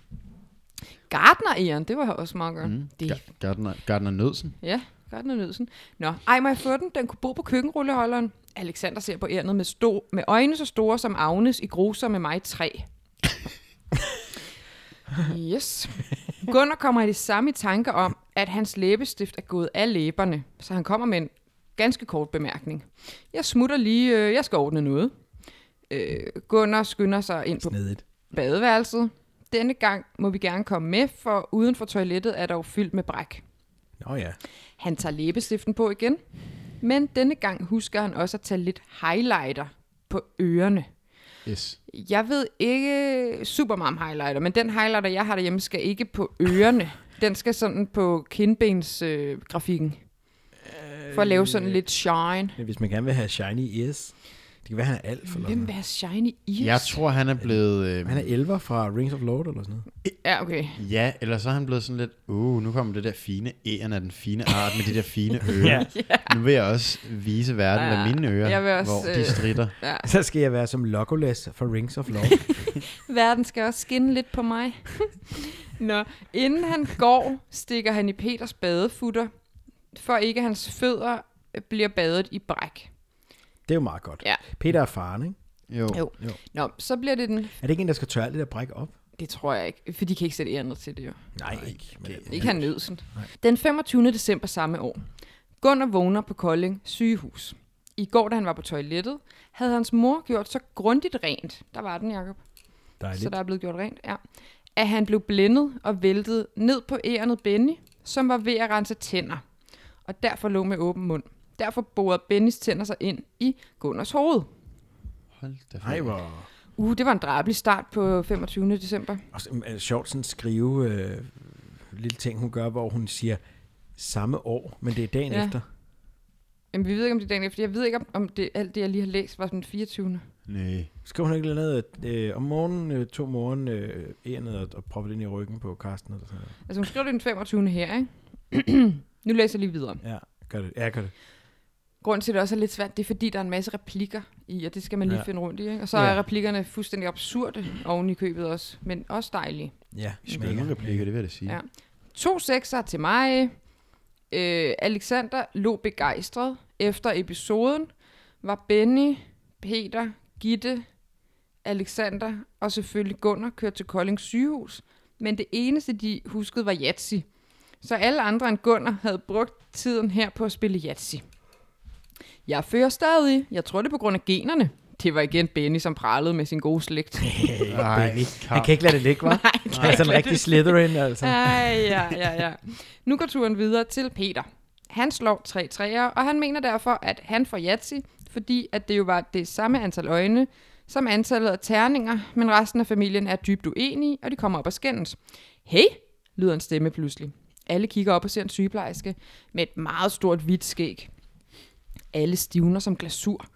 B: Gardner Eren, det var også meget godt. Mm. Det,
D: Ga- Gardner, Gardner Nødsen.
B: ja, Gardner Nødsen. Nå, ej, må jeg få den? Den kunne bo på køkkenrulleholderen. Alexander ser på ærnet med, stå, med øjne så store som Agnes i gruser med mig træ. [LAUGHS] Yes. Gunnar kommer i det samme i tanke om, at hans læbestift er gået af læberne, så han kommer med en ganske kort bemærkning. Jeg smutter lige, øh, jeg skal ordne noget. Øh, Gunnar skynder sig ind på
C: Snedigt.
B: badeværelset. Denne gang må vi gerne komme med, for uden for toilettet er der jo fyldt med bræk.
C: Nå ja.
B: Han tager læbestiften på igen, men denne gang husker han også at tage lidt highlighter på ørerne.
D: Yes.
B: Jeg ved ikke super meget om highlighter, men den highlighter, jeg har derhjemme, skal ikke på ørerne. Den skal sådan på kindbensgrafikken. Øh, grafikken. for at lave sådan lidt shine.
C: Men hvis man gerne vil have shiny ears, det kan være, han er alf eller
B: Hvem
C: sådan
B: vil
C: noget.
B: have shiny ears?
D: Jeg tror, han er blevet... Øh,
C: Han er elver fra Rings of Lord eller sådan noget.
B: Ja, okay.
D: Ja, eller så er han blevet sådan lidt, uh, nu kommer det der fine æren af den fine art med de der [LAUGHS] fine ører.
C: Ja.
D: Nu vil jeg også vise verden, hvad
B: Ja.
D: mine ører,
B: Jeg vil også,
D: hvor
B: øh,
D: de strider.
B: Ja.
C: Så skal jeg være som Legolas fra Rings of
B: [LAUGHS]
C: Lord.
B: Verden skal også skinne lidt på mig. Nå, inden han går, stikker han i Peters badefutter, for ikke hans fødder øh, bliver badet i bræk.
C: det er jo meget godt.
B: Ja.
C: Peter er faren, ikke?
D: Jo.
B: Jo.
C: Jo.
B: Nå, så bliver det den...
C: Er det ikke en, der skal tørre alt det der bræk op?
B: Det tror jeg ikke, for de kan ikke sætte ærendet til det jo.
C: Nej, ikke. Men,
B: Ikke han nødsen. Den 25. december samme år. Gunnar vågner på Kolding sygehus. I går, da han var på toilettet, havde hans mor gjort så grundigt rent. Der var den, Jacob.
C: dejligt.
B: Så der er blevet gjort rent, ja. At han blev blændet og væltet ned på ærenet Benny, som var ved at rense tænder. Og derfor lå med åben mund. Derfor borede Bennys tænder sig ind i Gunners hoved.
D: Hold da
C: Nej,
D: fast.
C: hvor...
B: Uh, det var en drabelig start på 25. december.
C: Og så, øh, sjovt sådan at skrive øh, lille ting, hun gør, hvor hun siger samme år, men det er dagen
B: Ja.
C: efter.
B: Jamen, vi ved ikke, om det er dagen efter. Jeg ved ikke, om- om det, alt det, jeg lige har læst, var den 24.
D: Nej.
C: Skriver hun ikke noget øh, om morgenen, øh, to morgen øh, ærenet og, og propper det ind i ryggen på Karsten? Eller sådan noget.
B: Altså, hun skriver det den 25. her, ikke? [CLEARS THROAT] nu læser jeg lige videre.
C: Ja, gør det. Ja, gør det.
B: Grunden til, at det også er lidt svært, det er, fordi der er en masse replikker i, og det skal man lige
C: Ja.
B: ja. finde rundt i. Ikke? Og så
C: Ja.
B: ja. er replikkerne fuldstændig absurde oven i købet også, men også dejlige.
C: Ja,
D: Spændende replikker, det vil jeg da sige.
B: Ja. To sekser til mig. Øh, Alexander lå begejstret efter episoden. Var Benny, Peter, Gitte, Alexander og selvfølgelig Gunnar kørt til Kolding sygehus. Men det eneste, de huskede, var Jatsi. Så alle andre end Gunnar havde brugt tiden her på at spille Jatsi. Jeg fører stadig. Jeg tror det er på grund af generne. Det var igen Benny, som pralede med sin gode slægt.
D: Ej,
C: Benny. Han
D: Karl.
C: kan ikke lade det ligge, [LAUGHS] hva'?
B: Nej,
C: Han er sådan en rigtig Slytherin, altså.
B: Ej, ja, ja, ja. Nu går turen videre til Peter. Han slår tre træer, og han mener derfor, at han får Yatzy, fordi at det jo var det samme antal øjne som antallet af terninger, men resten af familien er dybt uenige, og de kommer op og skændes. Hey, lyder en stemme pludselig. Alle kigger op og ser en sygeplejerske med et meget stort hvidt skæg. Alle stivner som glasur,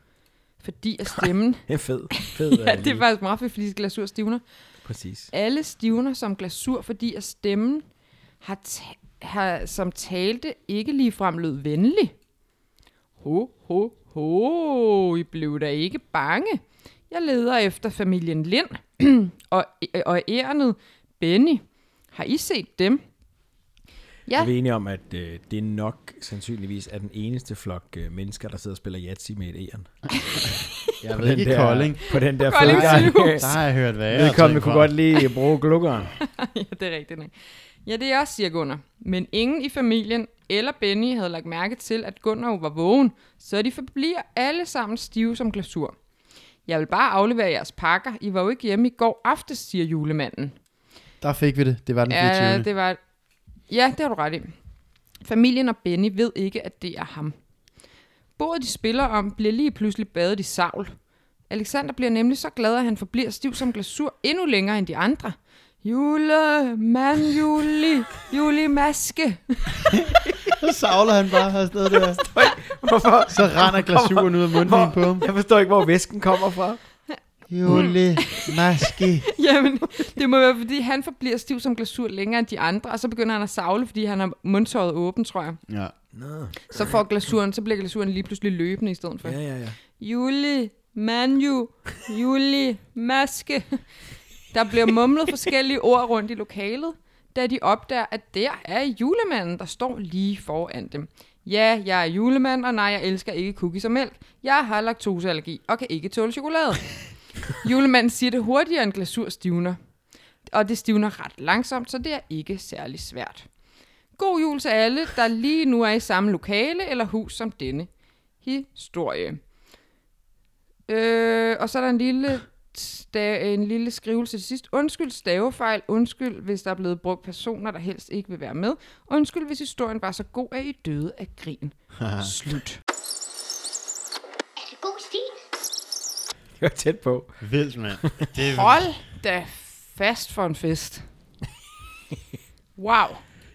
B: fordi at stemmen...
C: Det er fed. fed øh,
B: ja, det er faktisk meget fedt, fordi glasur stivner.
C: Præcis.
B: Alle stivner som glasur, fordi at stemmen har, ta- har som talte ikke ligefrem lød venlig. Ho, ho, ho, I blev da ikke bange. Jeg leder efter familien Lind [CLEARS THROAT] og, og ærenet Benny. Har I set dem?
C: Ja.
B: Ja,
C: Er vi enige om, at øh, det er nok sandsynligvis er den eneste flok øh, mennesker, der sidder og spiller Yatzy med et [LAUGHS] æren.
D: Jeg
C: På
D: ved
C: den
D: ikke,
C: der-
D: Kolding.
C: På den der
B: Kolding
C: [LAUGHS] fodgang.
B: sygehus.
D: Der har jeg hørt, hvad jeg
C: Vedkommende kunne godt lige bruge glukkeren.
B: [LAUGHS] ja, det er rigtigt. Ikke? Ja, det er også, siger Gunnar. Men ingen i familien eller Benny havde lagt mærke til, at Gunnar jo var vågen, så de forbliver alle sammen stive som glasur. Jeg vil bare aflevere jeres pakker. I var jo ikke hjemme i går aftes, siger julemanden.
D: Der fik vi det. Det var den 24.
B: Ja, det var... Ja, det har du ret i. Familien og Benny ved ikke, at det er ham. Bordet, de spiller om, bliver lige pludselig badet i savl. Alexander bliver nemlig så glad, at han forbliver stiv som glasur endnu længere end de andre. Jule, mand, juli, juli, maske.
D: Så savler han bare afsted der.
C: [LAUGHS] Hvorfor?
D: Så render glasuren ud af munden på ham.
C: Jeg forstår ikke, hvor væsken kommer fra.
D: Jule, maske.
B: Jamen, det må være, fordi han forbliver stiv som glasur længere end de andre, og så begynder han at savle, fordi han har mundtøjet åbent, tror jeg.
D: Ja.
B: Så får glasuren, så bliver glasuren lige pludselig løbende i stedet for.
C: Ja, ja, ja.
B: Juli, Manju, Juli, Maske. Der bliver mumlet forskellige ord rundt i lokalet, da de opdager, at der er julemanden, der står lige foran dem. Ja, jeg er julemand, og nej, jeg elsker ikke cookies og mælk. Jeg har laktoseallergi og kan ikke tåle chokolade. Julemanden siger det hurtigere end glasur stivner. Og det stivner ret langsomt, så det er ikke særlig svært. God jul til alle, der lige nu er i samme lokale eller hus som denne historie. Øh, og så er der en lille, sta- en lille skrivelse til sidst. Undskyld stavefejl. Undskyld, hvis der er blevet brugt personer, der helst ikke vil være med. Undskyld, hvis historien var så god, at I døde af grin. Slut.
A: Er det god stil?
C: Det var tæt på.
D: Vildt, mand. Det er
B: Hold da fast for en fest. Wow.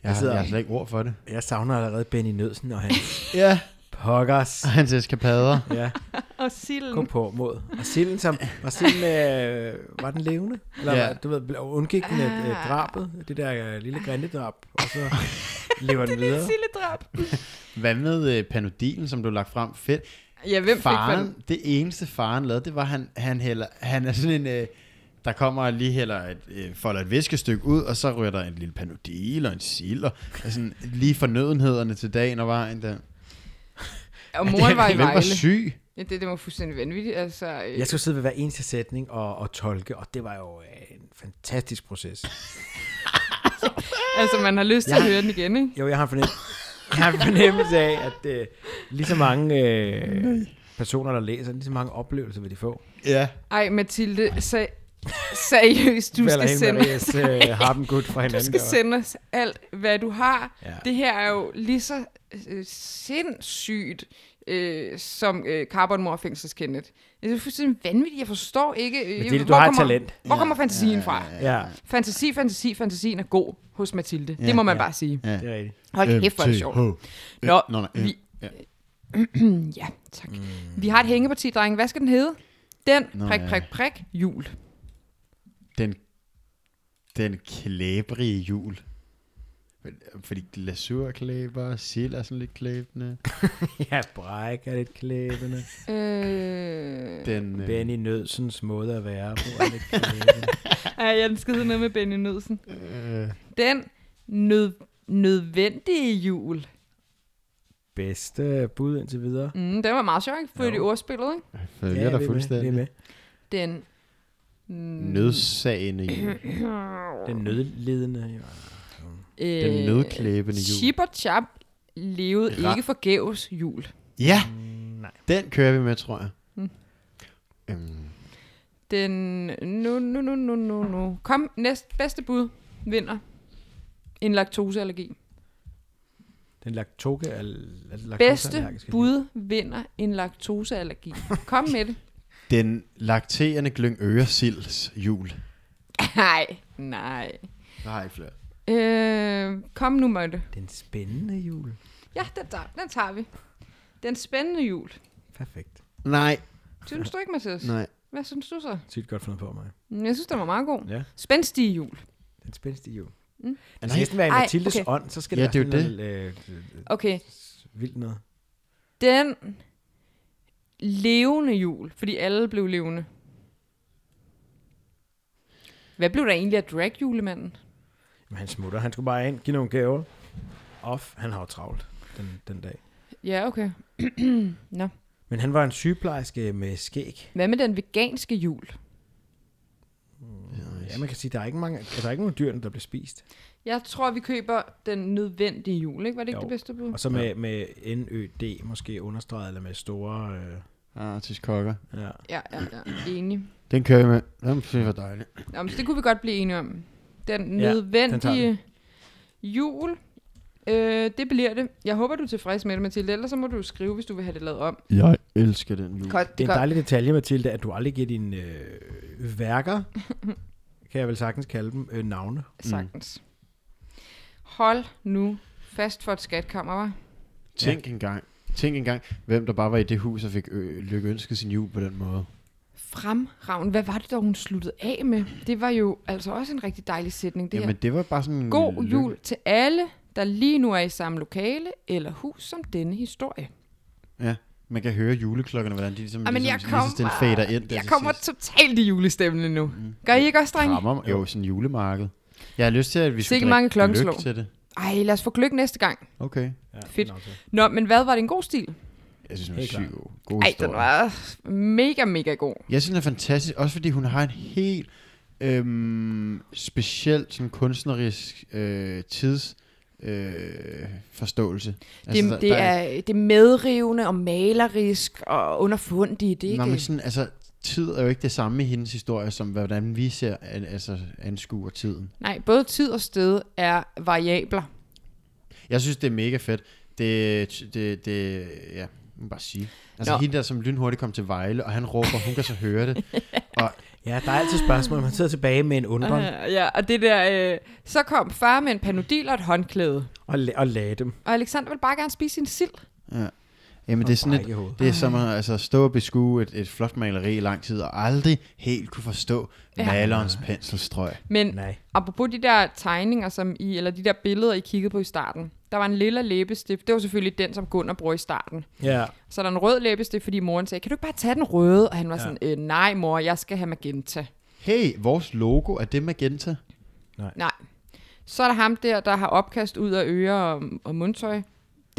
D: Jeg, har-
C: sidder-
D: jeg har slet ikke ord for det.
C: Jeg savner allerede Benny Nødsen og hans
D: Ja.
C: Huggers.
D: Hans eskapader.
C: Ja,
B: Og silden.
C: kom på mod. Og silden, som, var, silden, øh, var den levende? Eller
D: Ja.
C: ja. du ved, blev- undgik den øh, øh,
B: Ah.
C: drabet? Det der øh, lille grindedrab. Og
B: [LAUGHS]
C: så lever den videre.
B: Sildedrab.
D: Hvad med øh, panodilen, som blev lagt frem? Fedt.
B: Ja, hvem fik
D: faren,
B: fanden?
D: det eneste faren lavede, det var, han, han, hælder, han er sådan en... Øh, der kommer og lige hælder et, øh, folder et viskestykke ud, og så ryger der en lille panodil og en sild, og og sådan lige fornødenhederne til dagen og vejen der.
B: Og moren var i
D: Hvem var
B: Vejle.
D: syg?
B: Ja, det, det var fuldstændig vanvittigt. Altså, øh,
C: Jeg skulle sidde ved hver eneste sætning og, og tolke, og det var jo øh, en fantastisk proces.
B: altså, man har lyst til at høre den igen, ikke?
C: Jo, jeg har en [LAUGHS] fornemmelse, jeg har en fornemmelse af, at øh, lige så mange øh, personer, der læser, lige så mange oplevelser vil de få.
D: Ja.
B: Ej, Mathilde, se, seriøst, du skal, sende,
C: Marias, øh, harpen gut fra
B: [LAUGHS]
C: hinanden.
B: du skal sende os alt, hvad du har.
C: Ja.
B: Det her er jo lige så øh, sindssygt øh, som øh, Carbonmor fængsels Kenneth. Det er fuldstændig vanvittigt, jeg forstår ikke. Øh,
C: Mathilde, du
B: hvor
C: har et
B: kommer,
C: talent.
B: Hvor kommer fantasien fra?
C: Ja,
B: Fantasi, fantasi, fantasien er god hos Mathilde. det må man bare sige.
D: ja.
C: det er rigtigt.
B: Hold kæft, hvor er det sjovt. Nå,
D: Nå, nej. øh,
B: vi-
D: Vi... Ja.
B: [CLEARS THROAT]
D: Mm.
B: Ja, tak. Vi har et hængeparti, dreng. Hvad skal den hedde? Den,
D: Nå,
B: prik,
D: ja.
B: prik, prik, jul.
D: Den, den klæbrige jul. Fordi glasur klæber, sild er sådan lidt klæbende.
C: Ja, Bræk er lidt klæbende.
B: Øh...
D: Den, øh,
C: Benny Nødsens måde at være på er lidt
D: [LAUGHS]
C: klæbende.
B: Ej, jeg den skide noget med Benny Nødsen.
D: øh,
B: Den nød, nødvendige jul.
C: Bedste bud indtil videre.
B: Mm, den var meget sjov, ikke? Født i ordspillet, ikke?
D: følger ja,
C: vi er
D: dig
C: med,
D: fuldstændig.
C: vi er med.
B: Den... mm,
D: Nødsagende
B: [CLEARS THROAT]
D: jul.
C: Den nødledende. Ja.
B: Øh,
D: Den nødklæbende jul.
B: Chip og chap levede
D: Ra-
B: ikke forgæves jul.
D: Ja, Mm,
C: nej.
D: den kører vi med, tror jeg. Mm. Øhm,
B: Den... Nu, nu, nu, nu, nu, nu. Kom, næst bedste bud vinder. En laktoseallergi.
C: Den laktoke er laktose
B: Bedste bud vinder en laktoseallergi. Kom med
D: [LAUGHS]
B: det.
D: den lakterende glyng øresilds jul.
B: Nej, nej.
D: Nej, flere.
B: Øh, kom nu, Mønte.
C: Den spændende jul.
B: Ja, den tager, den tager vi. Den spændende jul.
C: Perfekt.
D: Nej,
B: Synes du ikke, Mathias?
D: nej.
B: Hvad synes du så?
C: Sygt godt fundet på mig.
B: Mm, Jeg synes, den var meget god.
C: Ja.
B: Spændstige jul.
C: Den spændeste jul. Altså, Det skal
D: nej.
C: næsten være i
B: Mm. Ej,
C: Mathildes
B: okay.
C: ånd, så skal
D: Ja,
C: det
D: det er
C: være
D: jo
C: sådan noget, øh, øh,
B: Okay,
C: øh, vildt noget.
B: den levende jul, fordi alle blev levende. Hvad blev der egentlig af dragjulemanden?
C: Men han smutter. Han skulle bare ind, give nogle gaver. Off. Han har jo travlt den, den dag.
B: Ja, okay. Nå.
C: Men han var en sygeplejerske med skæg.
B: Hvad med den veganske jul?
C: Ja, man kan sige, der er ikke mange, altså, der er ikke nogen dyr, der bliver spist.
B: Jeg tror, vi køber den nødvendige jul, ikke? Var det ikke
C: Jo.
B: det bedste bud?
C: Og så med, med NØD måske understreget, eller med store... Øh,
D: Ah, kokker.
C: ja.
B: Ja, ja, ja. Enig.
D: Den kører vi med. Den synes jeg var dejlig.
B: Nå, men så det kunne vi godt blive enige om. Den
C: Ja,
B: nødvendige
C: den
B: jul, øh, det bliver det. Jeg håber, du er tilfreds med det, Mathilde. Ellers så må du jo skrive, hvis du vil have det lavet om.
D: Jeg elsker den jul.
B: Godt,
C: Det er en dejlig detalje, Mathilde, at du aldrig giver dine
B: [LAUGHS]
C: øh, værker, kan jeg vel sagtens kalde dem, øh, navne.
B: Sagtens.
D: Mm.
B: Hold nu fast for et skatkammer, var.
D: Tænk engang. Tænk engang, hvem der bare var i det hus og fik ø- lykkeønsket sin jul på den måde.
B: Fremragende. Hvad var det, der hun sluttede af med? Det var jo altså også en rigtig dejlig sætning, det her.
D: Jamen, det var bare sådan... en
B: God
D: lykke-
B: jul til alle, der lige nu er i samme lokale eller hus som denne historie.
D: Ja, man kan høre juleklokkerne, hvordan de ligesom,
B: Ej, men
D: ligesom
B: jeg
D: lige så stille
B: kommer-
D: fader ind. der
B: Jeg
D: til
B: kommer
D: sidst. Mm.
B: totalt i julestemmen nu. Gør I ikke også, drenge?
D: Rammer jo sådan en julemarked. Jeg har lyst til, at vi
B: Sikke
D: skulle
B: mange
D: drikke
B: klokkeslå.
D: gløgg til det.
B: Ej, lad os få gløk næste gang.
D: Okay.
C: Ja,
B: Fedt.
C: navne.
B: Nå, men hvad var det en god stil?
D: Jeg synes, hun er
C: Helt
D: syg god. god
B: Ej,
D: historie.
B: den var mega, mega god.
D: Jeg synes, den er fantastisk, også fordi hun har en helt øhm, speciel sådan kunstnerisk øh, tids øh, forståelse.
B: Altså, det, det, er, det er medrivende og malerisk og underfundigt. Det er
D: Nå, men
B: ikke...
D: sådan, altså, tid er jo ikke det samme i hendes historie, som hvordan vi ser, an- altså, anskuer tiden.
B: Nej, både tid og sted er variabler.
D: Jeg synes, det er mega fedt. Det, det, det ja, jeg må bare sige. Altså
B: Nå.
D: Nå. hende der, som lynhurtigt kom til Vejle, og han råber, hun kan så høre [LAUGHS] det. Og
C: Ja, der er altid spørgsmål. Man sidder tilbage med en undren
B: Uh, ja, og det der... Øh, så kom far med en panodil og et håndklæde.
C: og, la- og lagde dem.
B: Og Alexander vil bare gerne spise sin sild.
D: Jamen, det er sådan
C: brække
D: et,
C: hovedet.
D: det er som at altså, stå og beskue et, et flot maleri i lang tid, og aldrig helt kunne forstå
B: Ja.
D: ja. malerens penselstrøg.
B: Men
C: Nej.
B: apropos de der tegninger, som I, eller de der billeder, I kiggede på i starten. Der var en lilla læbestift. Det var selvfølgelig den, som Gunnar bruger i starten.
C: Ja.
B: Så er der en rød læbestift, fordi moren sagde, kan du ikke bare tage den røde? Og han var ja. sådan, øh, nej mor, jeg skal have magenta.
D: Hey, vores logo, er det Magenta?
B: Nej. Så er der ham der, der har opkast ud af ører og, og mundtøj. Det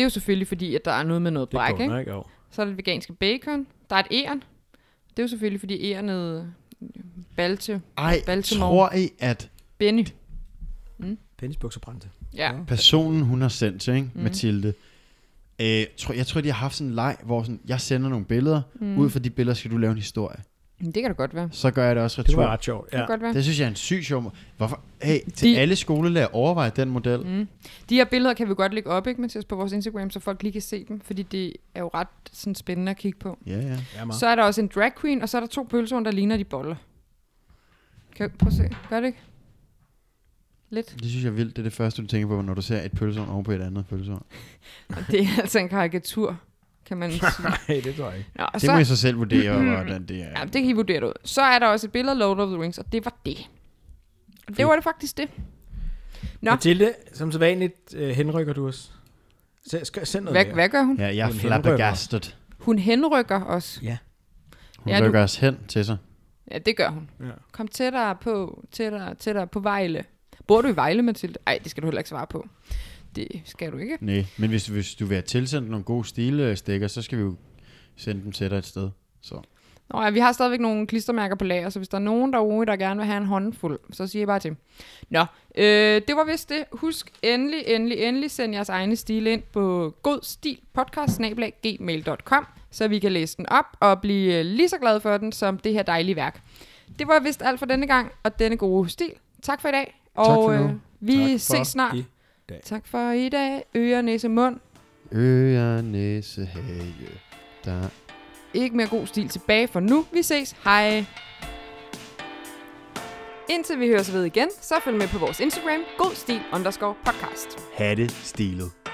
B: er jo selvfølgelig fordi, at der er noget med noget
C: Det
B: bræk,
C: går
B: ikke?
C: nok over.
B: Så er der det veganske bacon. Der er et æren. Det er jo selvfølgelig fordi ærenet balte.
D: Ej,
B: Baltimore.
D: tror I, at
B: Benny.
C: Penisbukser brændte.
B: Ja.
D: personen, hun har sendt til, ikke? Mm. Mathilde, øh, tror, jeg tror, de har haft sådan en leg, hvor sådan, jeg sender nogle billeder, mm. ud fra de billeder skal du lave en historie.
B: Men Det kan det godt være. Det
D: Så gør jeg det også
C: Det
D: retur.
C: var ret sjovt.
B: kan
C: Ja.
B: godt være.
D: Det synes jeg er en syg sjov måde. Hvorfor? Hey, til
B: De-
D: de... alle skolelærer overvej den model. Mm.
B: De her billeder kan vi godt lægge op, ikke, Mathias, på vores Instagram, så folk lige kan se dem, fordi det er jo ret sådan, spændende at kigge på.
D: Ja, ja.
C: Ja, meget.
B: Så er der også en drag queen, og så er der to pølser, der ligner de boller. Kan jeg prøve at se? Gør det ikke?
D: [LAUGHS]
B: Lidt.
D: Det synes jeg er vildt. Det er det første, du tænker på, når du ser et pølsevogn oven på et andet pølsevogn.
B: Og det er altså en karikatur, kan man sige.
C: [LAUGHS] Nej, det tror jeg ikke.
B: Nå, og
D: Det
B: så, Mm.
D: må jeg så selv vurdere, hvordan det er.
B: ja, det kan I vurdere det ud. Så er der også et billede af Lord of the Rings, og det var det. Og det var det faktisk det. Nå.
C: Nå. Mathilde, som så vanligt, øh, henrykker du os. Se, skal, send noget
B: Hvad,
C: mere.
B: hvad gør hun?
D: Ja, jeg er
C: Hun
D: flabbergastet.
B: Hun henrykker os.
C: Ja.
D: Hun
B: Ja,
D: ja,
B: du-
D: rykker os hen til sig.
B: Ja, det gør hun.
C: Ja.
B: Kom tættere på, tættere, tættere på Vejle. Bor du i Vejle, Mathilde? Nej, det skal du heller ikke svare på. Det skal du ikke.
D: Nej, men hvis, hvis du vil have tilsendt nogle gode stilstikker, så skal vi jo sende dem til dig et sted. Så.
B: Nå ja, vi har stadigvæk nogle klistermærker på lager, så hvis der er nogen derude, der gerne vil have en håndfuld, så siger jeg bare til. Nå, øh, det var vist det. Husk endelig, endelig, endelig send jeres egne stil ind på godstilpodcast.gmail.com, så vi kan læse den op og blive lige så glade for den som det her dejlige værk. Det var vist alt for denne gang, og denne gode stil. Tak for i dag, og
D: for nu.
B: øh, vi
D: Tak for
B: ses snart.
C: i
B: Tak for i dag. Øre, næse, mund.
D: Øger, næse, hage. Der
B: Ikke mere god stil tilbage for nu. Vi ses. Hej. Indtil vi høres ved igen, så følg med på vores Instagram, godstil underscore podcast.
D: hatte stilet.